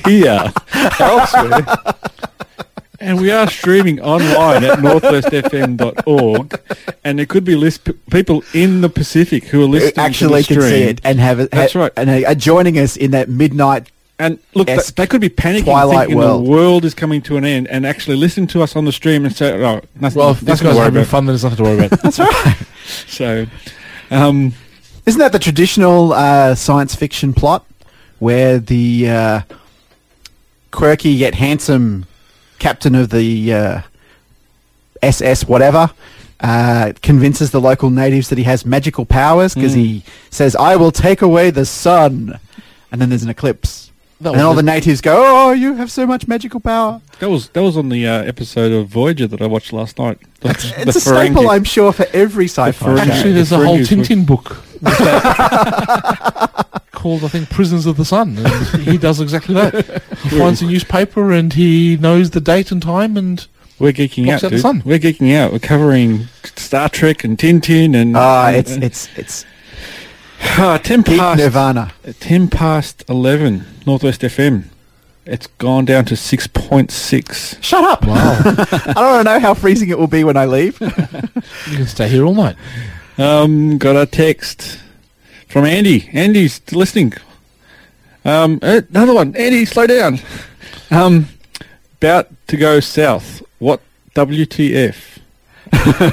[SPEAKER 4] here,
[SPEAKER 6] *laughs*
[SPEAKER 4] elsewhere, and we are streaming online at northwestfm.org, and there could be list p- people in the Pacific who are
[SPEAKER 6] Who
[SPEAKER 4] listening
[SPEAKER 6] actually
[SPEAKER 4] to the
[SPEAKER 6] can
[SPEAKER 4] stream.
[SPEAKER 6] see it and uh, have it.
[SPEAKER 4] That's right.
[SPEAKER 6] And are joining us in that midnight
[SPEAKER 4] And look,
[SPEAKER 6] Esque
[SPEAKER 4] they, they could be panicking,
[SPEAKER 6] Twilight
[SPEAKER 4] thinking
[SPEAKER 6] world.
[SPEAKER 4] the world is coming to an end, and actually listen to us on the stream and say, "Oh, nothing."
[SPEAKER 5] Well, if
[SPEAKER 4] nothing
[SPEAKER 5] this
[SPEAKER 4] to
[SPEAKER 5] guy's
[SPEAKER 4] worry
[SPEAKER 5] having
[SPEAKER 4] about."
[SPEAKER 5] fun, then there's nothing to worry about.
[SPEAKER 6] That's right.
[SPEAKER 4] So, um,
[SPEAKER 6] Isn't that the traditional uh, science fiction plot where the uh, quirky yet handsome captain of the uh, SS whatever uh, convinces the local natives that he has magical powers because he says, I will take away the sun. And then there's an eclipse.
[SPEAKER 5] That
[SPEAKER 6] and
[SPEAKER 5] was
[SPEAKER 6] all the
[SPEAKER 5] it.
[SPEAKER 6] natives go, Oh, you have so much magical power.
[SPEAKER 4] that was that was on the uh, episode of Voyager that I watched last night. The,
[SPEAKER 6] *laughs* It's a staple, I'm sure, for every sci fi.
[SPEAKER 4] Ferengi.
[SPEAKER 5] Actually, there's
[SPEAKER 4] If
[SPEAKER 5] a
[SPEAKER 4] we're
[SPEAKER 5] whole
[SPEAKER 4] in Newsweek-
[SPEAKER 5] Tintin *laughs* book with that called, I think, Prisons of the Sun. And he does exactly *laughs* that. He finds a newspaper and he knows the date and time and
[SPEAKER 4] We're geeking out,
[SPEAKER 5] Blocks out the
[SPEAKER 4] dude.
[SPEAKER 5] sun.
[SPEAKER 4] We're geeking out. We're covering Star Trek and Tintin and
[SPEAKER 6] Ah,
[SPEAKER 4] and-
[SPEAKER 6] it's,
[SPEAKER 4] and-
[SPEAKER 6] it's, it's
[SPEAKER 4] *laughs* Ah, ten
[SPEAKER 6] deep
[SPEAKER 4] past
[SPEAKER 6] nirvana.
[SPEAKER 4] ten past eleven. Northwest FM. It's gone down to six point six.
[SPEAKER 6] Shut up! *laughs* I don't know how freezing it will be when I leave.
[SPEAKER 5] you can stay here all night.
[SPEAKER 4] Um, got a text from Andy. Andy's listening. Um, eh, another one. Andy, slow down. Um, about to go south. What WTF?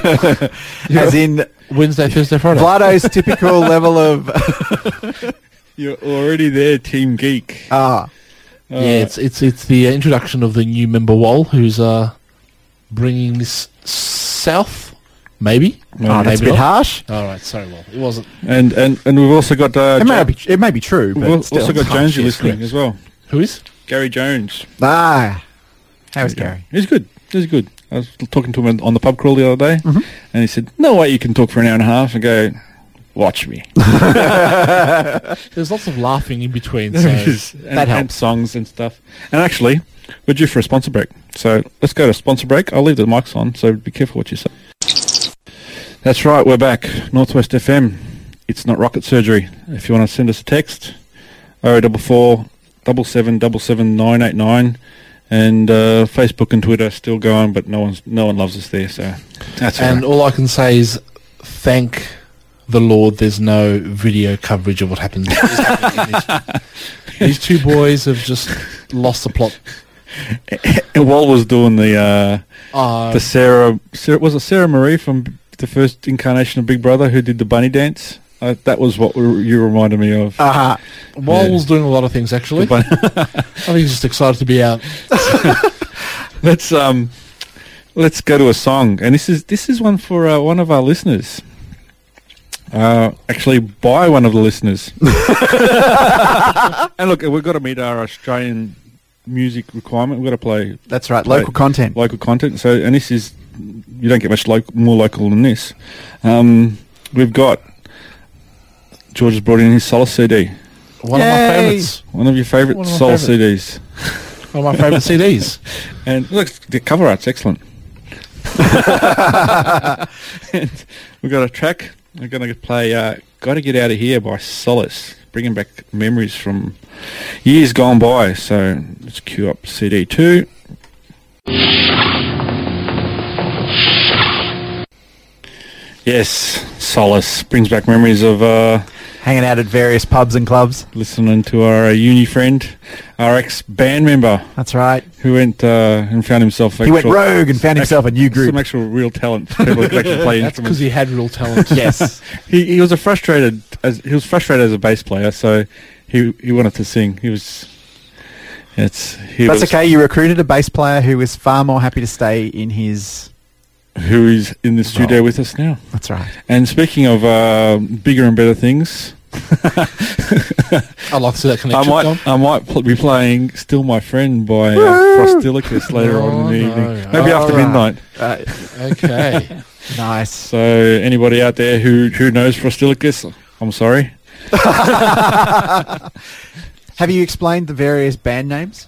[SPEAKER 6] As in
[SPEAKER 5] Wednesday, Thursday, Friday.
[SPEAKER 6] Vlado's typical level of *laughs*
[SPEAKER 4] You're already there, Team Geek.
[SPEAKER 6] ah,
[SPEAKER 4] Uh,
[SPEAKER 5] yeah, it's, it's, it's the uh, introduction of the new member, Wall, who's uh, bringing this south, maybe.
[SPEAKER 4] Oh,
[SPEAKER 6] that's a bit harsh.
[SPEAKER 5] All right, sorry, Wall. It wasn't.
[SPEAKER 4] and, and and we've also got uh,
[SPEAKER 6] It may
[SPEAKER 4] Jo-
[SPEAKER 6] be it may be true, but
[SPEAKER 4] we've al-
[SPEAKER 6] still.
[SPEAKER 4] also got Jonesy
[SPEAKER 5] Oh, yes,
[SPEAKER 4] listening
[SPEAKER 5] correct.
[SPEAKER 4] as well.
[SPEAKER 5] Who is?
[SPEAKER 4] Gary Jones.
[SPEAKER 6] ah. How is Gary?
[SPEAKER 4] He's good. He's good. I was talking to him on- on the pub crawl the other day,
[SPEAKER 5] Mm-hmm.
[SPEAKER 4] and he said, "No way you can talk for an hour and a half." I go, "Watch me."
[SPEAKER 5] There's lots of laughing in
[SPEAKER 4] *laughs*
[SPEAKER 5] between. So.
[SPEAKER 4] There is. And, and
[SPEAKER 6] That helps.
[SPEAKER 4] songs and stuff. And actually, we're due for a sponsor break. So let's go to sponsor break. I'll leave the mics on, so be careful what you say. That's right, we're back. Northwest FM. It's not rocket surgery. If you want to send us a text, 044 989 and uh, Facebook and Twitter are still going, but no one's no one loves us there. So that's all
[SPEAKER 5] And
[SPEAKER 4] right.
[SPEAKER 5] all I can say is thank the Lord there's no video coverage of
[SPEAKER 4] *laughs*
[SPEAKER 5] what happened. is happening in these- These two boys have just lost the plot.
[SPEAKER 4] And Wal was doing the uh,
[SPEAKER 5] Uh,
[SPEAKER 4] the Sarah, Sarah was it Sarah Marie from the first incarnation of Big Brother who did the bunny dance? Uh, that was what we- you reminded me of.
[SPEAKER 6] Ah,
[SPEAKER 5] Wal's doing a lot of things, actually. I
[SPEAKER 4] But
[SPEAKER 5] think he's just excited to be out.
[SPEAKER 4] *laughs* let's um, let's go to a song, and this is this is one for uh, one of our listeners. Uh, actually, by one of the listeners. and look, we've got to meet our Australian music requirement. We've got to play
[SPEAKER 6] that's right. Local
[SPEAKER 4] Right.
[SPEAKER 6] content.
[SPEAKER 4] local content. So, and this is you don't get much lo- more local than this. Um, we've got George has brought in his Solace CD,
[SPEAKER 5] One
[SPEAKER 6] Yay!
[SPEAKER 5] of my favourites.
[SPEAKER 4] one of your favourite
[SPEAKER 5] One of my
[SPEAKER 4] Solace CDs,
[SPEAKER 5] One of my
[SPEAKER 4] *laughs*
[SPEAKER 5] favourite CDs.
[SPEAKER 4] and look, the cover art's excellent. and we've got a track. We're going to play uh, "Got to Get Out of Here" by Solace, bringing back memories from years gone by. So let's queue up CD two. Yes, Solace brings back memories of uh,
[SPEAKER 6] Hanging out at various pubs and clubs.
[SPEAKER 4] listening to our uh, uni friend, our ex band member,
[SPEAKER 6] That's right.
[SPEAKER 4] who went uh, and found himself.
[SPEAKER 6] He went
[SPEAKER 4] actual-
[SPEAKER 6] rogue and found himself a new
[SPEAKER 4] Some
[SPEAKER 6] group.
[SPEAKER 4] actual real talent. People who can actually play
[SPEAKER 5] *laughs* That's
[SPEAKER 4] instruments. *laughs*
[SPEAKER 5] because he had real talent.
[SPEAKER 6] Yes.
[SPEAKER 4] He, he was a frustrated as he was frustrated as a bass player, so he he wanted to sing. He was. It's he
[SPEAKER 6] That's
[SPEAKER 4] was
[SPEAKER 6] okay. You recruited a bass player who was far more happy to stay in his.
[SPEAKER 4] who is in the studio
[SPEAKER 6] Oh.
[SPEAKER 4] with us now.
[SPEAKER 6] That's right.
[SPEAKER 4] And speaking of uh, bigger and better
[SPEAKER 5] *laughs*
[SPEAKER 4] things,
[SPEAKER 5] I like to see that
[SPEAKER 4] I
[SPEAKER 5] connection. Tom.
[SPEAKER 4] might I might pl- be playing "Still My Friend" by uh, Frostilicus later on in the
[SPEAKER 5] Oh, no.
[SPEAKER 4] evening, maybe after
[SPEAKER 6] Alright.
[SPEAKER 4] midnight.
[SPEAKER 6] Uh,
[SPEAKER 5] Okay.
[SPEAKER 6] nice.
[SPEAKER 4] *laughs*
[SPEAKER 6] *laughs*
[SPEAKER 4] So anybody out there who who knows Frostilicus, I'm sorry.
[SPEAKER 6] Have you explained the various band names,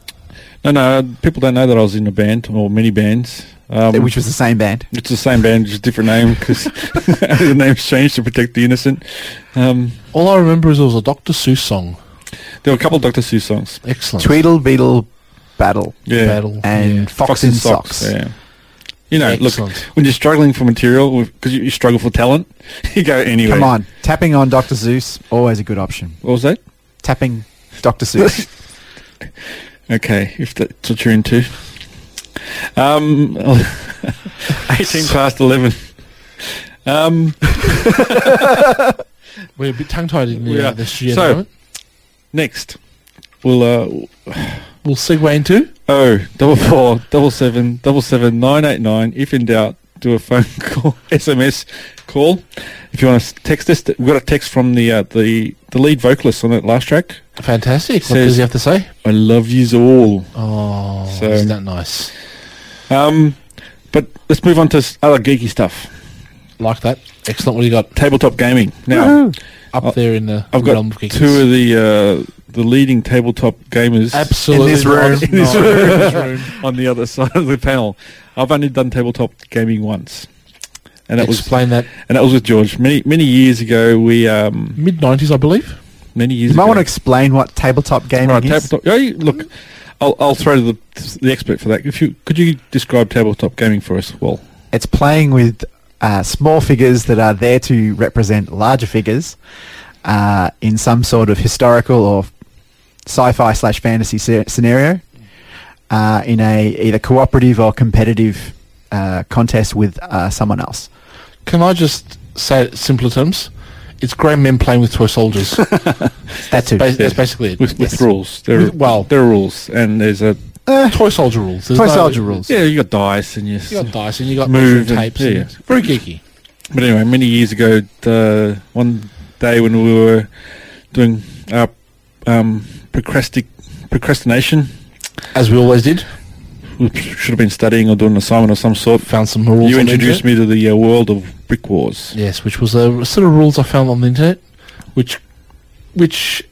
[SPEAKER 4] No, no, people don't know that I was in a band or many bands. Um,
[SPEAKER 6] which was the same band?
[SPEAKER 4] It's the same band, just different name because *laughs* the name's changed to protect the innocent. Um,
[SPEAKER 5] All I remember is there was a Dr. Seuss song.
[SPEAKER 4] there were a couple of Dr. Seuss songs.
[SPEAKER 5] Excellent.
[SPEAKER 6] Tweedle Beetle Battle
[SPEAKER 4] Yeah.
[SPEAKER 5] Battle.
[SPEAKER 6] and
[SPEAKER 5] Yeah.
[SPEAKER 6] Fox, in Socks.
[SPEAKER 4] Yeah. You know,
[SPEAKER 5] Excellent.
[SPEAKER 4] look, when you're struggling for material, because you, you struggle for talent, *laughs* you go anyway.
[SPEAKER 6] Come on, tapping on Dr. Zeus always a good option.
[SPEAKER 4] What was that?
[SPEAKER 6] Tapping Dr. Zeus.
[SPEAKER 4] Okay, if that's what you're into. Um, *laughs* 18 past 11. Um,
[SPEAKER 5] We're a bit tongue tied in
[SPEAKER 4] We
[SPEAKER 5] the, uh,
[SPEAKER 4] are.
[SPEAKER 5] this year.
[SPEAKER 4] So-
[SPEAKER 5] So,
[SPEAKER 4] next, we'll uh,
[SPEAKER 5] we'll segue into.
[SPEAKER 4] oh double four double seven double seven nine eight nine. If in doubt, do a phone *laughs* call, SMS call. If you want to text us, we got a text from the uh, the the lead vocalist on that last track.
[SPEAKER 5] Fantastic. What
[SPEAKER 4] Says-
[SPEAKER 5] does he have to say?
[SPEAKER 4] I love yous all.
[SPEAKER 5] Oh,
[SPEAKER 4] So-
[SPEAKER 5] isn't that nice?
[SPEAKER 4] Um, but let's move on to s- other geeky stuff.
[SPEAKER 5] Like that. Excellent. What do you got
[SPEAKER 4] Tabletop gaming. Now
[SPEAKER 5] up
[SPEAKER 4] I-
[SPEAKER 5] there in the
[SPEAKER 4] I've got
[SPEAKER 5] realm of geeks?
[SPEAKER 4] two of the uh, the leading tabletop gamers.
[SPEAKER 5] Absolutely.
[SPEAKER 6] In this
[SPEAKER 5] not.
[SPEAKER 4] *laughs*
[SPEAKER 6] room.
[SPEAKER 5] No.
[SPEAKER 6] In
[SPEAKER 4] this room. on the other *laughs* side of the panel. I've only done tabletop gaming once, and that was
[SPEAKER 5] Explain that.
[SPEAKER 4] and that was with George many many years ago. We um,
[SPEAKER 5] Mid 90s, I believe.
[SPEAKER 4] many years
[SPEAKER 6] You might
[SPEAKER 4] ago.
[SPEAKER 6] want to explain what tabletop gaming
[SPEAKER 4] right,
[SPEAKER 6] is.
[SPEAKER 4] tabletop. Oh, you- look, I'll I'll throw to the the expert for that. If you could you describe tabletop gaming for us? Well,
[SPEAKER 6] It's playing with uh, small figures that are there to represent larger figures uh, in some sort of historical or sci-fi slash fantasy sce- scenario uh, in a either cooperative or competitive uh, contest with uh, someone else.
[SPEAKER 5] Can I just say it in simpler terms? It's grown men playing with
[SPEAKER 4] *laughs*
[SPEAKER 5] toy soldiers. Ba-
[SPEAKER 6] That too.
[SPEAKER 5] That's
[SPEAKER 4] Yes.
[SPEAKER 5] basically it.
[SPEAKER 4] with, with
[SPEAKER 6] Yes.
[SPEAKER 4] rules. There,
[SPEAKER 5] With- well-
[SPEAKER 4] there are rules, and there's a
[SPEAKER 6] Uh,
[SPEAKER 5] Eh. toy soldier rules. There's
[SPEAKER 6] Toy soldier rules.
[SPEAKER 4] yeah. You got dice and you.
[SPEAKER 5] You got dice and you got
[SPEAKER 4] Move and-
[SPEAKER 5] measuring tapes.
[SPEAKER 4] yeah,
[SPEAKER 5] and-
[SPEAKER 4] yeah.
[SPEAKER 5] Very geeky.
[SPEAKER 4] But anyway, many years ago, the one day when we were doing our um, procrasti- procrastination,
[SPEAKER 5] As we always did.
[SPEAKER 4] we should have been studying or doing an assignment of some sort.
[SPEAKER 5] Found some rules.
[SPEAKER 4] you
[SPEAKER 5] on the
[SPEAKER 4] introduced
[SPEAKER 5] internet.
[SPEAKER 4] me to the uh, world of brick wars.
[SPEAKER 5] Yes, which was a set of rules I found on the internet, which which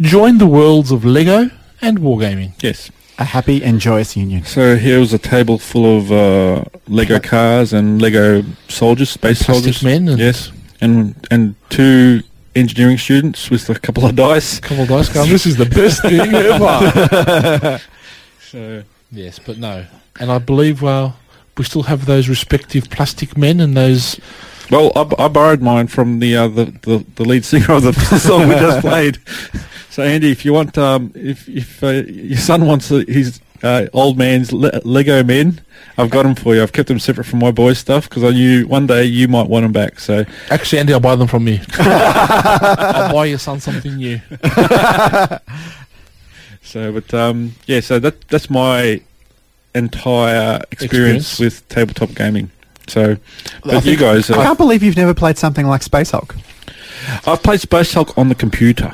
[SPEAKER 5] joined the worlds of Lego and wargaming.
[SPEAKER 4] Yes.
[SPEAKER 6] a happy and joyous union.
[SPEAKER 4] So here was a table full of uh, Lego cars and Lego soldiers, space
[SPEAKER 5] Plastic
[SPEAKER 4] soldiers.
[SPEAKER 5] men and
[SPEAKER 4] Yes, and and two engineering students with a couple of dice.
[SPEAKER 5] a couple of dice guys. This is the best thing
[SPEAKER 4] *laughs*
[SPEAKER 5] ever.
[SPEAKER 4] So
[SPEAKER 5] yes, but no. And I believe, well, we still have those respective plastic men and those
[SPEAKER 4] Well, I, b- I borrowed mine from the, uh, the, the the lead singer of the *laughs* song we
[SPEAKER 6] *laughs*
[SPEAKER 4] just played. So, Andy, if you want, um, if if uh, your son wants uh, his uh, old man's le- Lego men, I've got them for you. I've kept them separate from my boys' stuff because I knew one day you might want them back. So,
[SPEAKER 5] Actually, Andy, I'll buy them from you. I'll buy your son something new.
[SPEAKER 4] so, but um, yeah, so that that's my entire experience,
[SPEAKER 5] Experience.
[SPEAKER 4] with tabletop gaming. So,
[SPEAKER 6] I
[SPEAKER 4] but you
[SPEAKER 6] think-
[SPEAKER 4] guys,
[SPEAKER 6] I
[SPEAKER 4] uh,
[SPEAKER 6] can't believe you've never played something like Space Hulk.
[SPEAKER 4] I've played Space Hulk on the computer.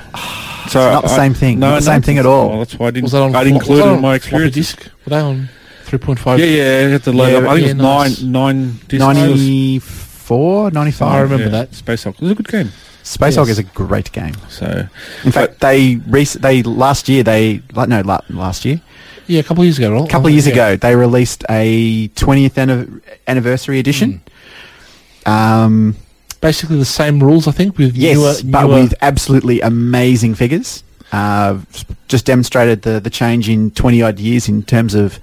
[SPEAKER 4] So
[SPEAKER 6] not the
[SPEAKER 4] I-
[SPEAKER 6] same thing. Not the same thing at all.
[SPEAKER 4] Well, that's why I didn't.
[SPEAKER 5] Was that on?
[SPEAKER 4] I
[SPEAKER 5] flo-
[SPEAKER 4] didn't
[SPEAKER 5] was
[SPEAKER 4] include
[SPEAKER 5] that
[SPEAKER 4] it
[SPEAKER 5] on
[SPEAKER 4] in my
[SPEAKER 5] floppy
[SPEAKER 4] experience.
[SPEAKER 5] disk? Were they on three point five?
[SPEAKER 4] Yeah, yeah, you have to load
[SPEAKER 6] Yeah,
[SPEAKER 4] up. I think
[SPEAKER 5] yeah,
[SPEAKER 4] it's
[SPEAKER 5] nice.
[SPEAKER 4] nine, nine discs.
[SPEAKER 6] 94, 95.
[SPEAKER 5] I remember
[SPEAKER 4] Yeah,
[SPEAKER 5] that.
[SPEAKER 4] Space Hulk. It was a good game.
[SPEAKER 6] Space
[SPEAKER 5] Yes.
[SPEAKER 6] Hulk is a great game.
[SPEAKER 4] So,
[SPEAKER 6] In fact, they rec- they last year they like no la- last year
[SPEAKER 5] Yeah, a couple of years ago. right?
[SPEAKER 6] a couple of years
[SPEAKER 5] Oh, Yeah.
[SPEAKER 6] ago they released a 20th anniv- anniversary edition.
[SPEAKER 5] Hmm.
[SPEAKER 6] Um,
[SPEAKER 5] Basically, the same rules, I think, with
[SPEAKER 6] yes,
[SPEAKER 5] newer,
[SPEAKER 6] but
[SPEAKER 5] newer
[SPEAKER 6] with absolutely amazing figures. Uh, s- just demonstrated the the change in 20 odd years in terms of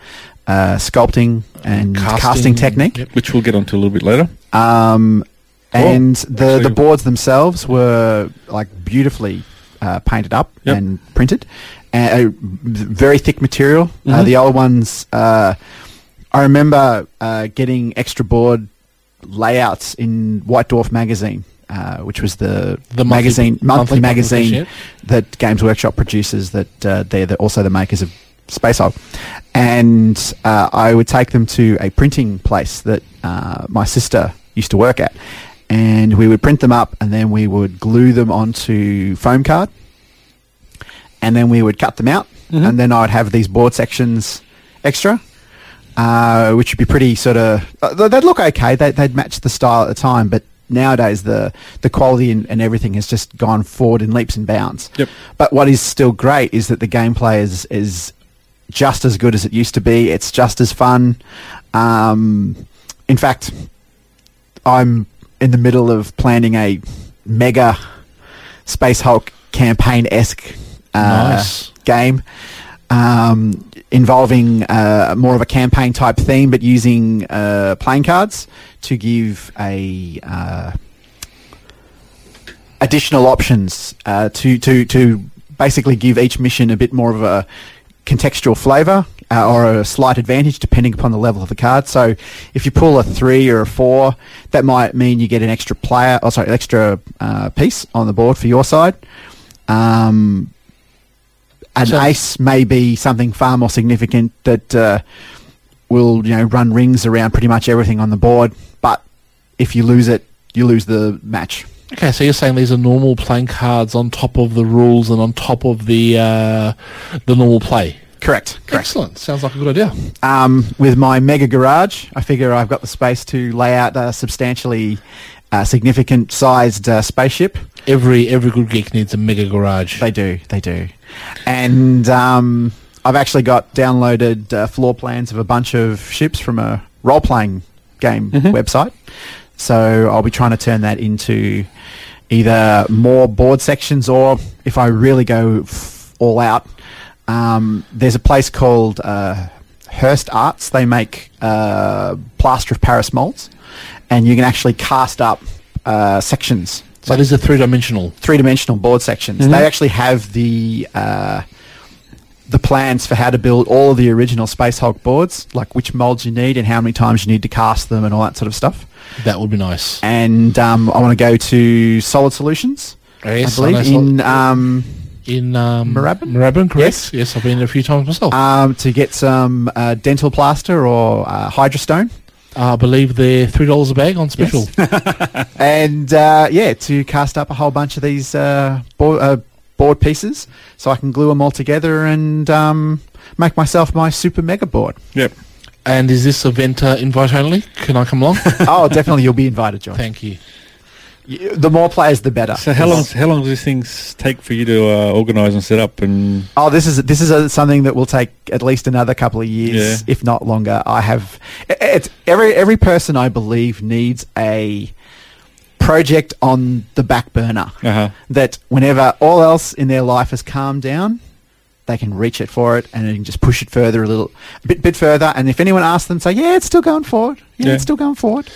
[SPEAKER 6] uh, sculpting and um, casting, technique.
[SPEAKER 5] Yep.
[SPEAKER 4] which we'll get onto a little bit later.
[SPEAKER 6] Um,
[SPEAKER 4] Cool.
[SPEAKER 6] and the, the
[SPEAKER 4] Actually-
[SPEAKER 6] boards themselves were like beautifully uh, painted up
[SPEAKER 4] Yep.
[SPEAKER 6] and printed, and uh, very thick material. Uh,
[SPEAKER 4] Mhm.
[SPEAKER 6] the other ones, uh, I remember uh, getting extra board layouts in White Dwarf magazine, uh, which was the,
[SPEAKER 5] The monthly-
[SPEAKER 6] magazine monthly,
[SPEAKER 5] monthly
[SPEAKER 6] magazine
[SPEAKER 5] publication,
[SPEAKER 6] that Games Workshop produces. That uh, they're the, also the makers of Space Hulk, and uh, I would take them to a printing place that uh, my sister used to work at, and we would print them up, and then we would glue them onto foam card, and then we would cut them out,
[SPEAKER 4] Mhm.
[SPEAKER 6] and then I'd have these board sections extra. Uh, which would be pretty sort of uh, they- they'd look okay. They, they'd match the style at the time, but nowadays the the quality and, and everything has just gone forward in leaps and bounds.
[SPEAKER 4] Yep.
[SPEAKER 6] But what is still great is that the gameplay is is just as good as it used to be. It's just as fun. Um, in fact, I'm in the middle of planning a mega Space Hulk campaign esque uh,
[SPEAKER 5] Nice.
[SPEAKER 6] game um, involving uh, more of a campaign type theme, but using uh, playing cards to give a uh, additional options uh, to to to basically give each mission a bit more of a contextual flavor uh, or a slight advantage depending upon the level of the card. So if you pull a three or a four, that might mean you get an extra player, or sorry, an extra uh, piece on the board for your side. Um, an
[SPEAKER 5] So-
[SPEAKER 6] ace may be something far more significant that uh, will you know run rings around pretty much everything on the board. But if you lose it, you lose the match.
[SPEAKER 5] Okay, so you're saying these are normal playing cards on top of the rules and on top of the uh, the normal play.
[SPEAKER 6] Correct.
[SPEAKER 5] Excellent. Sounds like a good idea.
[SPEAKER 6] um, with my mega garage, I figure I've got the space to lay out a substantially uh, significant sized uh, spaceship.
[SPEAKER 5] Every every good geek needs a mega garage.
[SPEAKER 6] They do, they do. And um, I've actually got downloaded uh, floor plans of a bunch of ships from a role playing game website. So I'll be trying to turn that into either more board sections or if I really go f- all out, um, there's a place called uh, Hearst Arts. They make uh, plaster of Paris molds and you can actually cast up uh, sections
[SPEAKER 5] So these are three dimensional.
[SPEAKER 6] three dimensional board sections.
[SPEAKER 5] Mm-hmm.
[SPEAKER 6] They actually have the uh, the plans for how to build all of the original Space Hulk boards, like which molds you need and how many times you need to cast them and all that sort of stuff.
[SPEAKER 5] That would be nice.
[SPEAKER 6] And um, I want to go to Solid Solutions,
[SPEAKER 5] Yes, I
[SPEAKER 6] I
[SPEAKER 5] know
[SPEAKER 6] believe,
[SPEAKER 5] Sol-
[SPEAKER 6] in um,
[SPEAKER 5] In um,
[SPEAKER 6] Moorabbin?
[SPEAKER 5] correct? Yes. I've been there a few times myself.
[SPEAKER 6] um, to get some uh, dental plaster or uh, hydrostone.
[SPEAKER 5] I believe they're three dollars a bag on special.
[SPEAKER 6] *laughs* and uh, yeah, to cast up a whole bunch of these uh, board, uh, board pieces, so I can glue them all together and um, make myself my super mega
[SPEAKER 4] *laughs*
[SPEAKER 6] board.
[SPEAKER 4] Yep.
[SPEAKER 5] and is this event uh, invite only? Can I come along?
[SPEAKER 6] oh, definitely, you'll be invited, John.
[SPEAKER 5] Thank you.
[SPEAKER 6] You- The more players, the better.
[SPEAKER 4] So how long how long does these things take for you to uh, organise and set up? And
[SPEAKER 6] Oh, this is this is uh something that will take at least another couple of years,
[SPEAKER 4] Yeah.
[SPEAKER 6] if not longer. I have i- it's every every person I believe needs a project on the back burner
[SPEAKER 4] Uh-huh.
[SPEAKER 6] that whenever all else in their life has calmed down, they can reach it for it and they can just push it further a little a bit bit further. And if anyone asks them, say, "Yeah, it's still going forward. Yeah,
[SPEAKER 4] Yeah.
[SPEAKER 6] it's still going forward."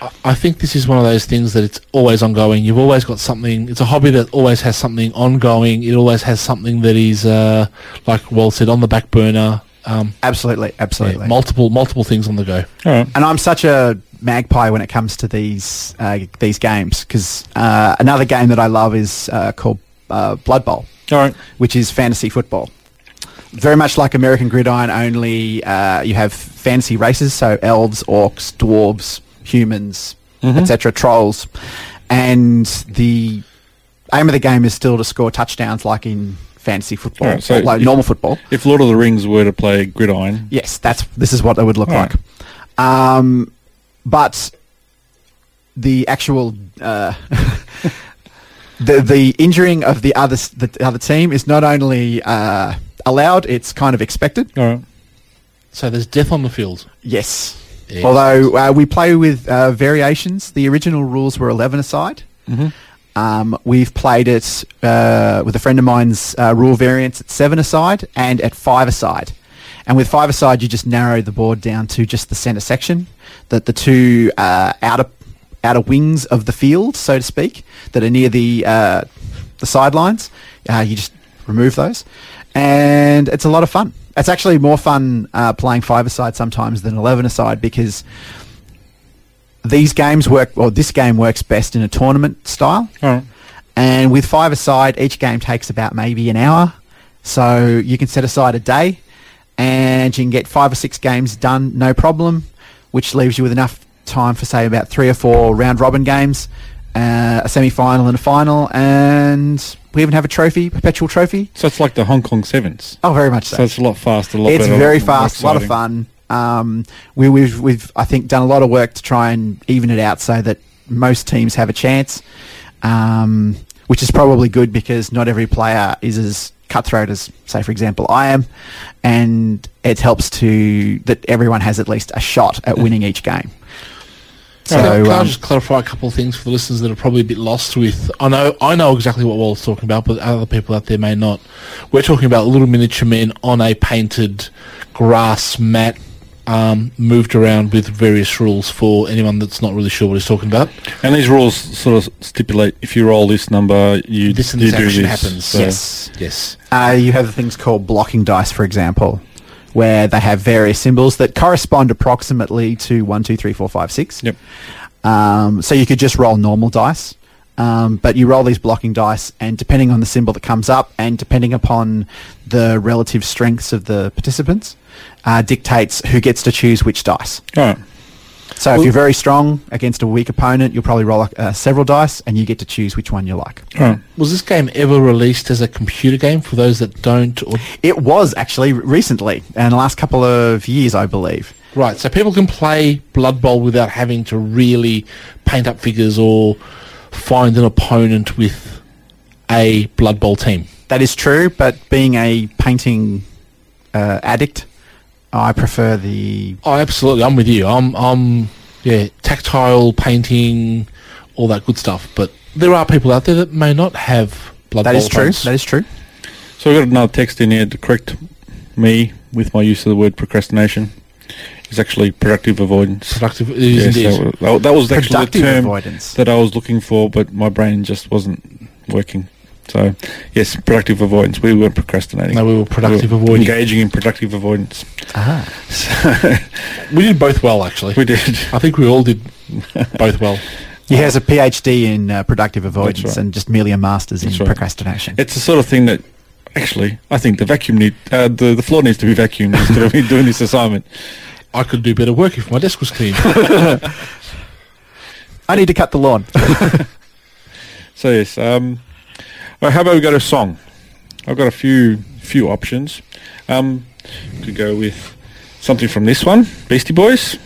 [SPEAKER 5] I- I think this is one of those things that it's always ongoing. You've always got something. It's a hobby that always has something ongoing. It always has something that is, uh, like Walt said, on the back burner. Um,
[SPEAKER 6] Absolutely, absolutely.
[SPEAKER 5] multiple multiple things on the go.
[SPEAKER 4] all right.
[SPEAKER 6] and I'm such a magpie when it comes to these uh, these games because uh, another game that I love is uh, called uh, Blood Bowl,
[SPEAKER 4] All right.
[SPEAKER 6] which is fantasy football. Very much like American Gridiron, only uh, you have fantasy races, so elves, orcs, dwarves, humans,
[SPEAKER 4] Mm-hmm.
[SPEAKER 6] etc., trolls, and the aim of the game is still to score touchdowns, like in fantasy football,
[SPEAKER 4] Alright, so
[SPEAKER 6] like
[SPEAKER 4] if-
[SPEAKER 6] normal football.
[SPEAKER 4] If Lord of the Rings were to play Gridiron,
[SPEAKER 6] Yes, that's this is what it would look
[SPEAKER 4] All right.
[SPEAKER 6] like. Um, but the actual uh, *laughs* the the injuring of the other s- the other team is not only uh, allowed; it's kind of expected.
[SPEAKER 4] all right.
[SPEAKER 5] So there's death on the field.
[SPEAKER 6] Yes.
[SPEAKER 5] Yes.
[SPEAKER 6] Although uh, we play with uh, variations, the original rules were eleven aside. Um, we've played it uh, with a friend of mine's uh, rule variants at seven aside and at five aside. And with five aside, you just narrow the board down to just the centre section, that the two uh, outer outer wings of the field, so to speak, that are near the uh, the sidelines. Uh, you just remove those, and it's a lot of fun. It's actually more fun uh, playing five aside sometimes than eleven aside because these games work, or this game works best in a tournament style.
[SPEAKER 4] All right.
[SPEAKER 6] And with five aside, each game takes about maybe an hour. So you can set aside a day and you can get five or six games done, no problem, which leaves you with enough time for, say, about three or four round robin games, uh, a semi final and a final. And we even have a trophy, perpetual trophy.
[SPEAKER 4] So it's like the Hong Kong Sevens.
[SPEAKER 6] Oh, very much so.
[SPEAKER 4] So it's a lot faster, a lot
[SPEAKER 6] It's
[SPEAKER 4] better,
[SPEAKER 6] very
[SPEAKER 4] lot more
[SPEAKER 6] fast, a lot of
[SPEAKER 4] exciting.
[SPEAKER 6] fun. Um, we, we've, we've, I think, done a lot of work to try and even it out so that most teams have a chance, um, which is probably good because not every player is as cutthroat as, say, for example, I am, and it helps to that everyone has at least a shot at winning each game. So,
[SPEAKER 5] So, can I
[SPEAKER 6] um,
[SPEAKER 5] just clarify a couple of things for the listeners that are probably a bit lost with? I know I know exactly what Walt's talking about, but other people out there may not. We're talking about little miniature men on a painted grass mat um, moved around with various rules for anyone that's not really sure what he's talking about.
[SPEAKER 4] And these rules sort of stipulate if you roll this number, you
[SPEAKER 5] This and
[SPEAKER 4] you
[SPEAKER 5] this
[SPEAKER 4] do
[SPEAKER 5] action
[SPEAKER 4] this.
[SPEAKER 5] happens.
[SPEAKER 4] So-
[SPEAKER 5] Yes, yes.
[SPEAKER 6] Uh, you have things called blocking dice, for example, where they have various symbols that correspond approximately to one, two, three, four, five, six.
[SPEAKER 4] Yep.
[SPEAKER 6] Um, so you could just roll normal dice, um, but you roll these blocking dice, and depending on the symbol that comes up, and depending upon the relative strengths of the participants, uh, dictates who gets to choose which dice.
[SPEAKER 4] All right.
[SPEAKER 6] So if you're very strong against a weak opponent, you'll probably roll uh, several dice, and you get to choose which one you like.
[SPEAKER 4] All right.
[SPEAKER 5] Was this game ever released as a computer game for those that don't? Or,
[SPEAKER 6] It was actually recently, in the last couple of years, I believe.
[SPEAKER 5] right, so people can play Blood Bowl without having to really paint up figures or find an opponent with a Blood Bowl team.
[SPEAKER 6] That is true, but being a painting uh, addict, I prefer the.
[SPEAKER 5] Oh, absolutely. I'm with you. I'm, I'm, yeah, tactile painting, all that good stuff. But there are people out there that may not have blood.
[SPEAKER 6] That
[SPEAKER 5] bowl
[SPEAKER 6] is true.
[SPEAKER 5] phones.
[SPEAKER 6] That is true.
[SPEAKER 4] So I've got another text in here to correct me with my use of the word procrastination. It's actually productive avoidance.
[SPEAKER 5] productive. It is
[SPEAKER 4] Yes,
[SPEAKER 5] indeed.
[SPEAKER 4] that was, that was actually the
[SPEAKER 6] Productive
[SPEAKER 4] term
[SPEAKER 6] avoidance.
[SPEAKER 4] that I was looking for, but my brain just wasn't working. So, yes, productive avoidance. We weren't procrastinating.
[SPEAKER 5] No, we were productive Ah. avoiding.
[SPEAKER 4] Engaging in productive avoidance. *laughs*
[SPEAKER 5] We did both well, actually.
[SPEAKER 4] We did.
[SPEAKER 5] I think we
[SPEAKER 4] *laughs*
[SPEAKER 5] all did both well.
[SPEAKER 6] He has a PhD in uh, productive avoidance
[SPEAKER 4] right.
[SPEAKER 6] and just merely a master's in
[SPEAKER 4] That's right.
[SPEAKER 6] procrastination.
[SPEAKER 4] It's the sort of thing that, actually, I think the vacuum need uh, the the floor needs to be vacuumed *laughs* instead of me doing this assignment.
[SPEAKER 5] I could do better work if my desk was
[SPEAKER 4] *laughs*
[SPEAKER 5] clean.
[SPEAKER 6] I need to cut the lawn.
[SPEAKER 4] So yes, um, all right, how about we go to song? I've got a few few options. Um, could go with something from this one, Beastie Boys.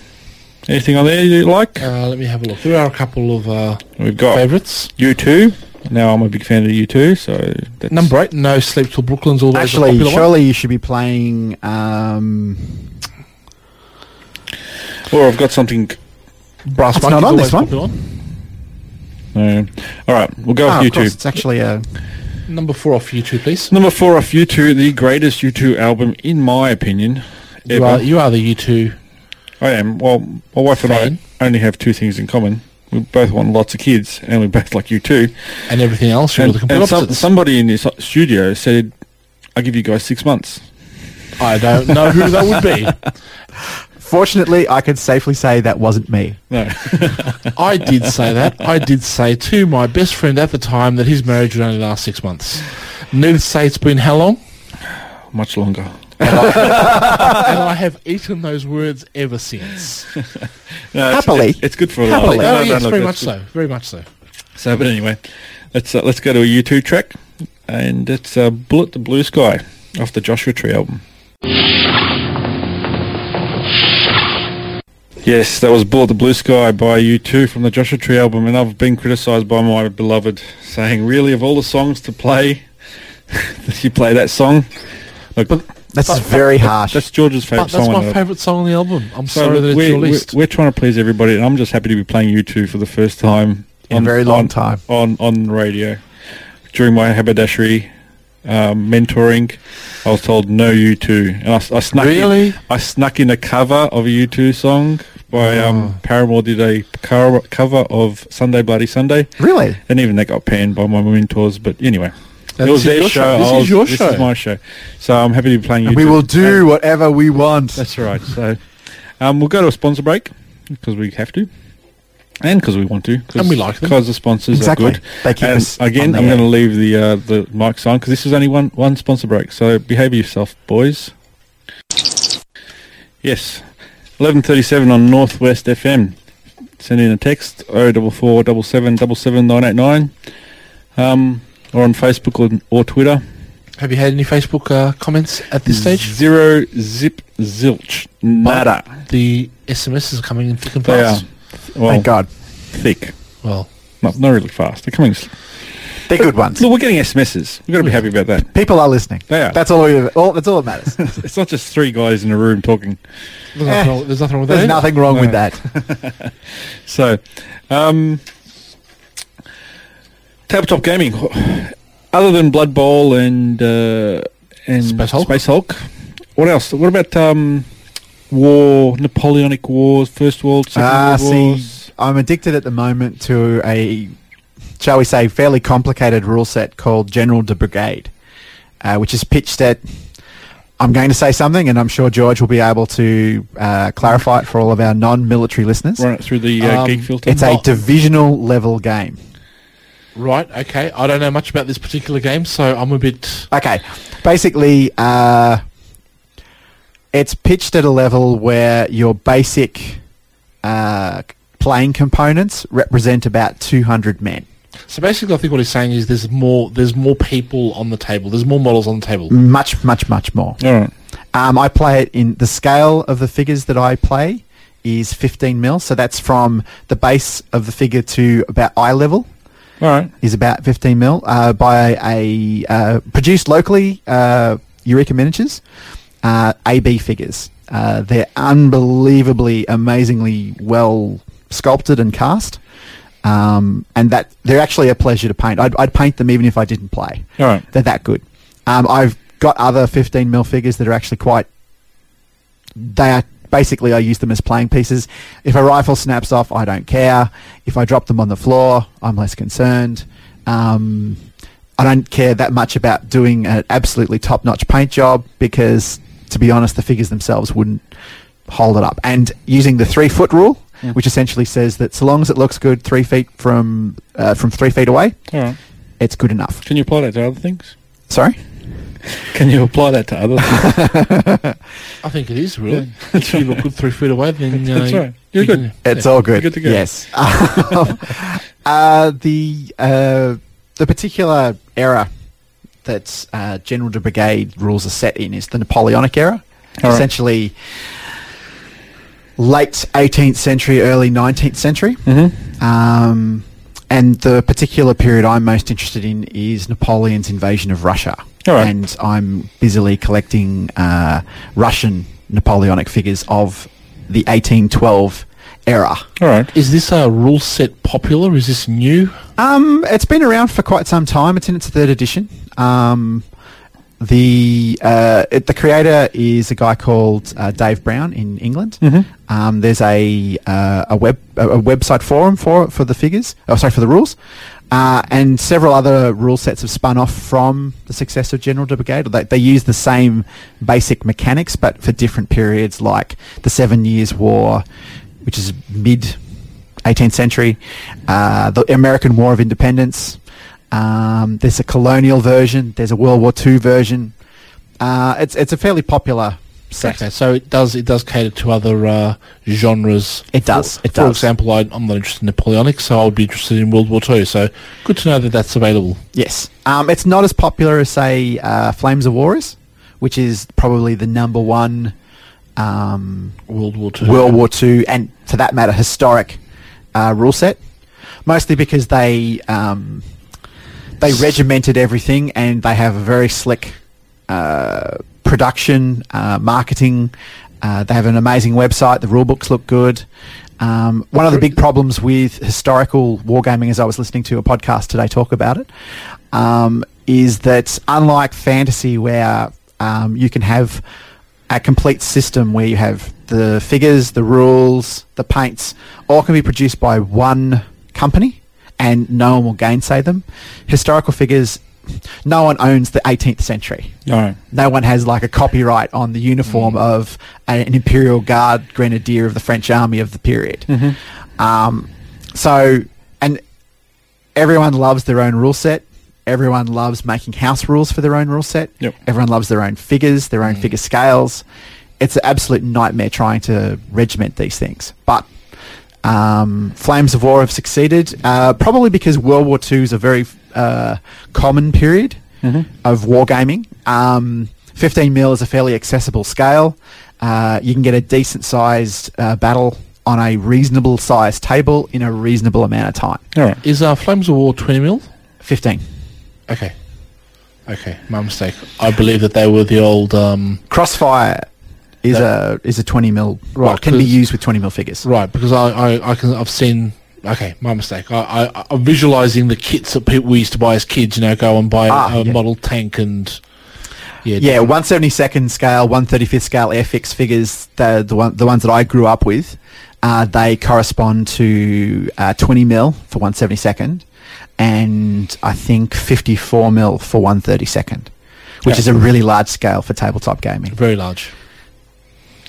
[SPEAKER 4] Anything on there you like?
[SPEAKER 5] uh, let me have a look. There are a couple of uh,
[SPEAKER 4] We've got
[SPEAKER 5] favourites.
[SPEAKER 4] U two. Now I'm a big fan of U two, so that's
[SPEAKER 5] Number eight, No Sleep Till Brooklyn's always a
[SPEAKER 6] Actually,
[SPEAKER 5] popular one.
[SPEAKER 6] surely you should be playing. Um,
[SPEAKER 4] Or I've got something.
[SPEAKER 5] Brass Monkey's
[SPEAKER 6] It's not on
[SPEAKER 5] always
[SPEAKER 6] this one.
[SPEAKER 5] popular
[SPEAKER 4] No. All right, uh, we'll
[SPEAKER 5] Ah,
[SPEAKER 4] go
[SPEAKER 6] oh,
[SPEAKER 4] with
[SPEAKER 6] of
[SPEAKER 4] U
[SPEAKER 6] course,
[SPEAKER 4] two.
[SPEAKER 6] it's actually a.
[SPEAKER 5] Number four off YouTube, please.
[SPEAKER 4] Number four off U two, the greatest U two album in my opinion.
[SPEAKER 5] You are, you are the U2.
[SPEAKER 4] I am. Well, my wife
[SPEAKER 5] Fan.
[SPEAKER 4] and I only have two things in common. We both want lots of kids, and we both like you too.
[SPEAKER 5] And everything else, you're
[SPEAKER 4] And,
[SPEAKER 5] the complete
[SPEAKER 4] and some,
[SPEAKER 5] opposites.
[SPEAKER 4] somebody in this studio said, "I'll give you guys six months."
[SPEAKER 5] I don't know who that would be.
[SPEAKER 4] *laughs*
[SPEAKER 6] Fortunately, I can safely say that wasn't me.
[SPEAKER 4] No,
[SPEAKER 5] *laughs* I did say that. I did say to my best friend at the time that his marriage would only last six months. Needless to say, it's been how long?
[SPEAKER 4] much longer.
[SPEAKER 5] And I have eaten those words
[SPEAKER 4] *laughs*
[SPEAKER 5] ever since.
[SPEAKER 4] No, it's-
[SPEAKER 6] Happily.
[SPEAKER 4] it's, it's good for a
[SPEAKER 6] Happily.
[SPEAKER 4] laugh.
[SPEAKER 5] Oh,
[SPEAKER 4] No, no,
[SPEAKER 5] yes,
[SPEAKER 4] no,
[SPEAKER 5] very much
[SPEAKER 4] that's
[SPEAKER 5] so. Very much so.
[SPEAKER 4] good. So, but anyway, let's uh, let's go to a U two track, and it's uh, "Bullet the Blue Sky" off the Joshua Tree album. Yes, that was Bullet the Blue Sky by U2 from the Joshua Tree album, and I've been criticised by my beloved, saying, really, of all the songs to play, *laughs* you play that song? Look,
[SPEAKER 6] That's very harsh.
[SPEAKER 4] that's George's
[SPEAKER 5] But
[SPEAKER 4] favourite
[SPEAKER 5] that's
[SPEAKER 4] song. on
[SPEAKER 5] my
[SPEAKER 4] the-
[SPEAKER 5] favourite song on the album. I'm
[SPEAKER 4] So
[SPEAKER 5] sorry
[SPEAKER 4] look,
[SPEAKER 5] that it's
[SPEAKER 4] we're,
[SPEAKER 5] your list.
[SPEAKER 4] We're, we're trying to please everybody, and I'm just happy to be playing U2 for the first time
[SPEAKER 6] In a very long
[SPEAKER 4] on-
[SPEAKER 6] time.
[SPEAKER 4] on on radio. During my haberdashery um, mentoring, I was told no U2, and I, s- I snuck
[SPEAKER 5] Really?
[SPEAKER 4] in, I snuck in a cover of a U2 song by
[SPEAKER 5] Ah.
[SPEAKER 4] um, Paramore did a car- cover of Sunday Bloody Sunday,
[SPEAKER 6] really?
[SPEAKER 4] and even that got panned by my mentors. But anyway.
[SPEAKER 5] Now,
[SPEAKER 4] it
[SPEAKER 5] this
[SPEAKER 4] was
[SPEAKER 5] is
[SPEAKER 4] their
[SPEAKER 5] your show. This
[SPEAKER 4] I
[SPEAKER 5] is
[SPEAKER 4] was-
[SPEAKER 5] your
[SPEAKER 4] This
[SPEAKER 5] show.
[SPEAKER 4] is my show. So I'm happy to be playing U2.
[SPEAKER 6] We will do whatever we want.
[SPEAKER 4] That's right. So um, we'll go to a sponsor break because we have to. And because we want to, cause,
[SPEAKER 5] And we like them.
[SPEAKER 4] because the sponsors
[SPEAKER 6] Exactly.
[SPEAKER 4] are good.
[SPEAKER 6] They keep
[SPEAKER 4] and
[SPEAKER 6] us on
[SPEAKER 4] again,
[SPEAKER 6] the
[SPEAKER 4] I'm
[SPEAKER 6] air.
[SPEAKER 4] going to leave the uh, the mics on because this is only one one sponsor break. So behave yourself, boys. Yes, 11:37 on Northwest FM. Send in a text 04477779899, um, or on Facebook or, or Twitter
[SPEAKER 5] have you had any Facebook uh, comments at this stage?
[SPEAKER 4] zero zip zilch nada.
[SPEAKER 5] The SMS is coming in thick and
[SPEAKER 4] They are
[SPEAKER 5] fast.
[SPEAKER 4] well
[SPEAKER 6] Thank God.
[SPEAKER 4] thick.
[SPEAKER 5] Well,
[SPEAKER 4] Not, not really fast. They're coming. s-
[SPEAKER 6] They're good ones.
[SPEAKER 4] Look, we're getting SMSs. We've got to be happy about that.
[SPEAKER 6] People are listening.
[SPEAKER 4] They are.
[SPEAKER 6] That's all. We, all that's all that
[SPEAKER 4] *laughs*
[SPEAKER 6] matters.
[SPEAKER 4] It's not just three guys in a room talking.
[SPEAKER 5] there's, nothing wrong,
[SPEAKER 4] Eh.
[SPEAKER 5] there's nothing wrong with
[SPEAKER 6] There's
[SPEAKER 5] that.
[SPEAKER 6] nothing wrong with
[SPEAKER 4] No.
[SPEAKER 6] that.
[SPEAKER 4] So, um, tabletop gaming. Other than Blood Bowl and uh, and
[SPEAKER 5] Space Hulk?
[SPEAKER 4] Hulk, what else? What about um, war, Napoleonic Wars, First World, Second
[SPEAKER 6] Ah,
[SPEAKER 4] World
[SPEAKER 6] see,
[SPEAKER 4] Wars.
[SPEAKER 6] I'm addicted at the moment to a, shall we say, fairly complicated rule set called General de Brigade, uh, which is pitched at. I'm going to say something, and I'm sure George will be able to uh, clarify it for all of our non-military listeners.
[SPEAKER 4] Run it through the uh,
[SPEAKER 5] Um,
[SPEAKER 4] geek filter.
[SPEAKER 6] It's a divisional level game.
[SPEAKER 5] Right, okay. I don't know much about this particular game, so I'm a bit.
[SPEAKER 6] Okay. Basically, uh, it's pitched at a level where your basic uh, playing components represent about 200 men.
[SPEAKER 5] So basically, I think what he's saying is there's more. There's more people on the table. There's more models on the table.
[SPEAKER 4] Mm.
[SPEAKER 6] Much, much, much more.
[SPEAKER 4] All right.
[SPEAKER 6] Um, I play it in the scale of the figures that I play is 15 mil. So that's from the base of the figure to about eye level.
[SPEAKER 4] All right.
[SPEAKER 6] is about 15 mil uh, by a uh, produced locally uh, Eureka Miniatures uh, AB figures. Uh, they're unbelievably, amazingly well sculpted and cast, um, and that they're actually a pleasure to paint. I'd, I'd paint them even if I didn't play.
[SPEAKER 4] All right.
[SPEAKER 6] They're that good. Um, I've got other 15 mil figures that are actually quite. They are basically I use them as playing pieces. If a rifle snaps off, I don't care. If I drop them on the floor, I'm less concerned. Um, I don't care that much about doing an absolutely top-notch paint job because, to be honest, the figures themselves wouldn't hold it up. And using the three-foot rule, which essentially says that so long as it looks good three feet from uh, from three feet away,
[SPEAKER 4] All right.
[SPEAKER 6] it's good enough.
[SPEAKER 4] Can you apply that to other things?
[SPEAKER 6] Sorry.
[SPEAKER 4] Can you apply that to other *laughs* things?
[SPEAKER 5] I think it is really. *laughs* if you look good three feet away, then
[SPEAKER 4] *laughs*
[SPEAKER 5] uh,
[SPEAKER 4] That's right. You're
[SPEAKER 5] you
[SPEAKER 4] good.
[SPEAKER 5] can-
[SPEAKER 6] It's all good.
[SPEAKER 4] Good to go.
[SPEAKER 6] Yes. *laughs* Um, uh, the uh, the particular era that uh, General de Brigade rules are set in is the Napoleonic era.
[SPEAKER 4] All right.
[SPEAKER 6] Essentially, late 18th century, early 19th century.
[SPEAKER 4] Mm-hmm.
[SPEAKER 6] Um, and the particular period I'm most interested in is Napoleon's invasion of Russia.
[SPEAKER 4] All right.
[SPEAKER 6] And I'm busily collecting uh, Russian Napoleonic figures of the 1812 era.
[SPEAKER 4] All right.
[SPEAKER 5] Is this uh, rule set popular? Is this new?
[SPEAKER 6] Um, it's been around for quite some time. It's in its third edition. Um, the uh, it, the creator is a guy called uh, Dave Brown in England. Um, there's a uh, a web a a website forum for for the figures. Oh, sorry for the rules. Uh, and several other rule sets have spun off from the success of General de Brigade. They, they use the same basic mechanics, but for different periods, like the Seven Years' War, which is mid 18th century, uh, the American War of Independence. Um, there's a colonial version. There's a World War II version. Uh, it's it's a fairly popular set.
[SPEAKER 5] Okay, so it does it does cater to other uh, genres.
[SPEAKER 6] It does,
[SPEAKER 5] For,
[SPEAKER 6] it
[SPEAKER 5] for
[SPEAKER 6] does.
[SPEAKER 5] example, I, I'm not interested in Napoleonic, so I would be interested in World War Two. So good to know that that's available.
[SPEAKER 6] Yes, um, it's not as popular as say uh, Flames of War is, which is probably the number one um,
[SPEAKER 5] World War Two.
[SPEAKER 6] World War II, and for that matter, historic uh, rule set. Mostly because they um, they regimented everything, and they have a very slick uh, production, uh, marketing. Uh, they have an amazing website. The rule books look good. Um, one of the big problems with historical wargaming, as I was listening to a podcast today talk about it, um, is that unlike fantasy, where um, you can have a complete system where you have the figures, the rules, the paints, all can be produced by one company and no one will gainsay them. Historical figures, no one owns the 18th century.
[SPEAKER 4] All right.
[SPEAKER 6] No one has like a copyright on the uniform of a- an Imperial Guard grenadier of the French army of the period. Um, so, and everyone loves their own rule set. Everyone loves making house rules for their own rule set.
[SPEAKER 4] Yep.
[SPEAKER 6] Everyone loves their own figures, their own figure scales. It's an absolute nightmare trying to regiment these things. But um, Flames of War have succeeded, uh, probably because World War II is a very uh, common period of wargaming. Um, 15 mil is a fairly accessible scale. Uh, you can get a decent sized uh, battle on a reasonable sized table in a reasonable amount of time.
[SPEAKER 4] All right.
[SPEAKER 5] Is uh, Flames of War 20 mil?
[SPEAKER 6] 15.
[SPEAKER 5] Okay, okay, my mistake. I believe that they were the old um,
[SPEAKER 6] Crossfire is a is a 20 mil well,
[SPEAKER 5] Right,
[SPEAKER 6] can be
[SPEAKER 5] 'cause-
[SPEAKER 6] used with 20 mil figures.
[SPEAKER 5] right because I, I, I can I've seen. Okay, my mistake. I, I, I'm visualizing the kits that people we used to buy as kids. You know, go and buy
[SPEAKER 6] Ah,
[SPEAKER 5] a
[SPEAKER 6] yeah.
[SPEAKER 5] model tank and Yeah,
[SPEAKER 6] yeah, 172nd scale, 135th scale airfix figures, the, the, one, the ones that I grew up with, uh, they correspond to uh, 20 mil for 172nd and I think 54 mil for 132nd, which
[SPEAKER 4] Yeah.
[SPEAKER 6] is a really large scale for tabletop gaming.
[SPEAKER 5] very large.